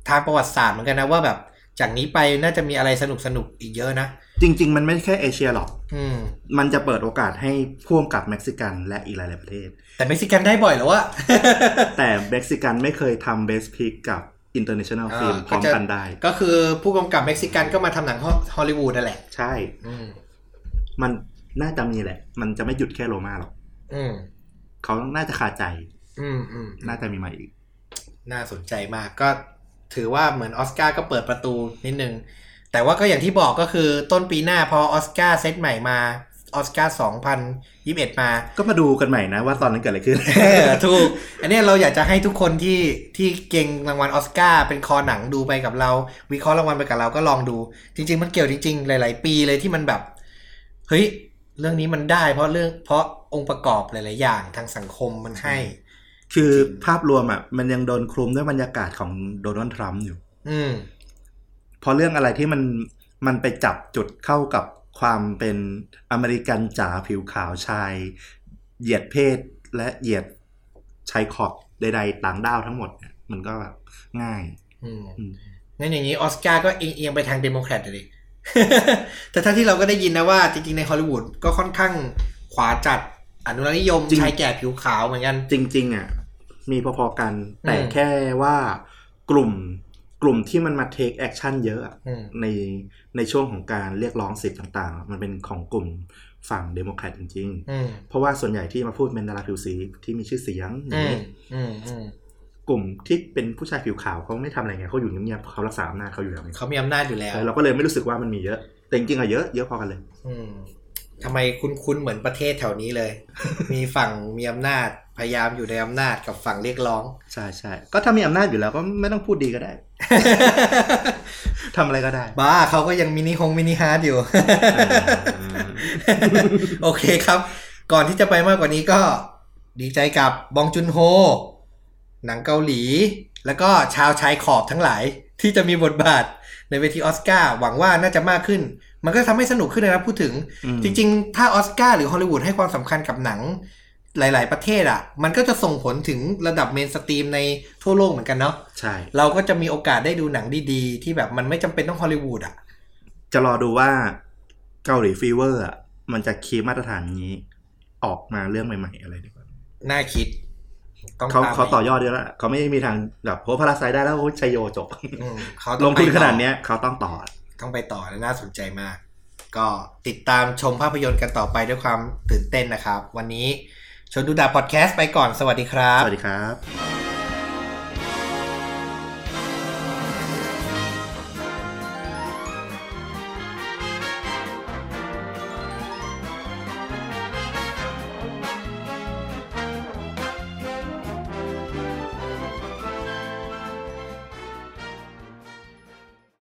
S1: ทางประวัติศาสตร์เหมือนกันนะว่าแบบจากนี้ไปน่าจะมีอะไรสนุกๆ อีกเยอะนะ
S2: จริง ๆ มันไม่ใช่แค่เอเชียหรอก
S1: อืม
S2: มันจะเปิดโอกาสให้พ่วงกับเม็กซิกันและอีกหลายๆประเท ศ
S1: แต่เม็กซิกันได้บ่อยเหรอวะ
S2: แต่เม็กซิกันไม่เคยทำเบสพิกกับอินเตอร์เนชั่นแนล
S1: อ่า
S2: ฟิล์มพร้อม
S1: เขาจะ
S2: กันได้
S1: ก็คือผู้กำกับเม็กซิกันก็มาทำหนังฮอลลีวูดนั่นแหละ
S2: ใช่
S1: อืม
S2: มันน่าจะมีแหละ มันจะไม่หยุดแค่โรมาหรอก
S1: อืม
S2: เขาน่าจะคาใจ
S1: อืมอืม
S2: น่าจะมีมาอีก
S1: น่าสนใจมากก็ถือว่าเหมือนออสการ์ก็เปิดประตูนิดนึง แต่ว่าก็อย่างที่บอกก็คือต้นปีหน้าพอออสการ์เซตใหม่มาออสการ์2021 มา
S2: ก็มาดูกันใหม่นะว่าตอนนั้นเกิดอะไรขึ้น
S1: เออถูก อันเนี้ยเราอยากจะให้ทุกคนที่ที่เก่งรางวัลออสการ์เป็นคอหนังดูไปกับเรา วิเคราะห์รางวัลไปกับเราก็ลองดู จริง ๆ มันเกี่ยวจริง ๆ หลาย ๆ ปีเลยที่มันแบบ เฮ้ย เรื่องนี้มันได้ เพราะเรื่องเพราะองค์ประกอบหลาย ๆ อย่างทางสังคมมันให้
S2: คือภาพรวมอ่ะมันยังโดนคลุมด้วยบรรยากาศของโดนัลด์ทรัมป์อยู่
S1: อืม
S2: พอเรื่องอะไรที่มันมันไปจับจุดเข้ากับความเป็นอเมริกันจ๋าผิวขาวชาย เหยียดเพศและเหยียดชายขอบใดๆต่างด้าวทั้งหมดเนี่ยมันก็แบบง่าย
S1: อืม
S2: อืม
S1: งั้นอย่างนี้ออสการ์ก็เอียงๆไปทางเดโมแครตเลย แต่ถ้าที่เราก็ได้ยินนะว่าจริงๆในฮอลลีวูดก็ค่อนข้างขวาจัดอนุรักษ์นิยม
S2: จริง
S1: ชายแก่ผิวขาวเหมือนกัน
S2: จริงๆอ่ะมีพอๆกัน แต่
S1: อืม
S2: แค่ว่ากลุ่มกลุ่มที่มันมาเทคแอคชั่นเยอะอะ
S1: อืม
S2: ในในช่วงของการเรียกร้องสิทธิ์ต่างๆอะมันเป็นของกลุ่มฝั่งเดโมแครตจริง
S1: อืม
S2: ๆ เพราะว่าส่วนใหญ่ที่มาพูดเป็นดาราผิวสีที่มีชื่อเสียงอย่า
S1: อื
S2: ง
S1: ม
S2: นี้
S1: อืมอืม
S2: กลุ่มที่เป็นผู้ชายผิวขาวเขาไม่ทำอะไรไงเขาอยู่เงียบๆเขารักษาอำนาจเขาอยู่แล้วไง
S1: เขามีอำนาจอยู่แล้ว
S2: เราก็เลยไม่รู้สึกว่ามันมีเยอะ แต่จริงๆอะเยอะเยอะพอกันเลย
S1: อืม ทำไมคุ้นๆเหมือนประเทศแถวนี้เลย มีฝั่งมีอำนาจพยายามอยู่ในอำนาจกับฝั่งเรียกร้อง
S2: ใช่ใช่ก็ถ้ามีอำนาจอยู่แล้วก็ไม่ต้องพูดดีก็ได้ทำอะไรก็ได้
S1: บ้าเขาก็ยังมินิฮงมินิฮาร์ดอยู่ โอเคครับ ก่อนที่จะไปมากกว่านี้ก็ดีใจกับบองจุนโฮ หนังเกาหลี แล้วก็ชาวชายขอบทั้งหลาย ที่จะมีบทบาทในเวทีออสการ์หวังว่าน่าจะมากขึ้น มันก็ทำให้สนุกขึ้นนะครับพูดถึง
S2: อืม
S1: จริงๆ ถ้าออสการ์หรือฮอลลีวูดให้ความสำคัญกับหนังหลาย ๆ ประเทศอ่ะ มันก็จะส่งผลถึงระดับเมนสตรีมในทั่วโลกเหมือนกันเนาะ
S2: ใช่
S1: เราก็จะมีโอกาสได้ดูหนังดีๆ ที่แบบมันไม่จำเป็นต้องฮอลลีวูดอ่ะ
S2: จะรอดูว่าเกาหลีฟีเวอร์อะมันจะคีย์มาตรฐานนี้ ออกมาเรื่องใหม่ๆอะไรดีกว่า
S1: น่าคิด ต้อง
S2: เขา
S1: ตาม
S2: เขาต่อ
S1: ไป
S2: ยอดเยอะแล้วเขาไม่มีทางแบบโพพาราไซได้แล้วโอ้ยชัยโยจบ
S1: อืมเขา
S2: ล
S1: ต้อง ไป
S2: ทุน
S1: ต่อ
S2: ขนาดเนี้ยเขาต้องต่อ
S1: ต้องไปต่อและน่าสนใจมาก ก็ติดตามชมภาพยนตร์กันต่อไปด้วยความตื่นเต้นนะครับ วันนี้ชวนดูดาพอดแคสต์ไปก่อนสวัสดีครับ
S2: สวัสดีครับ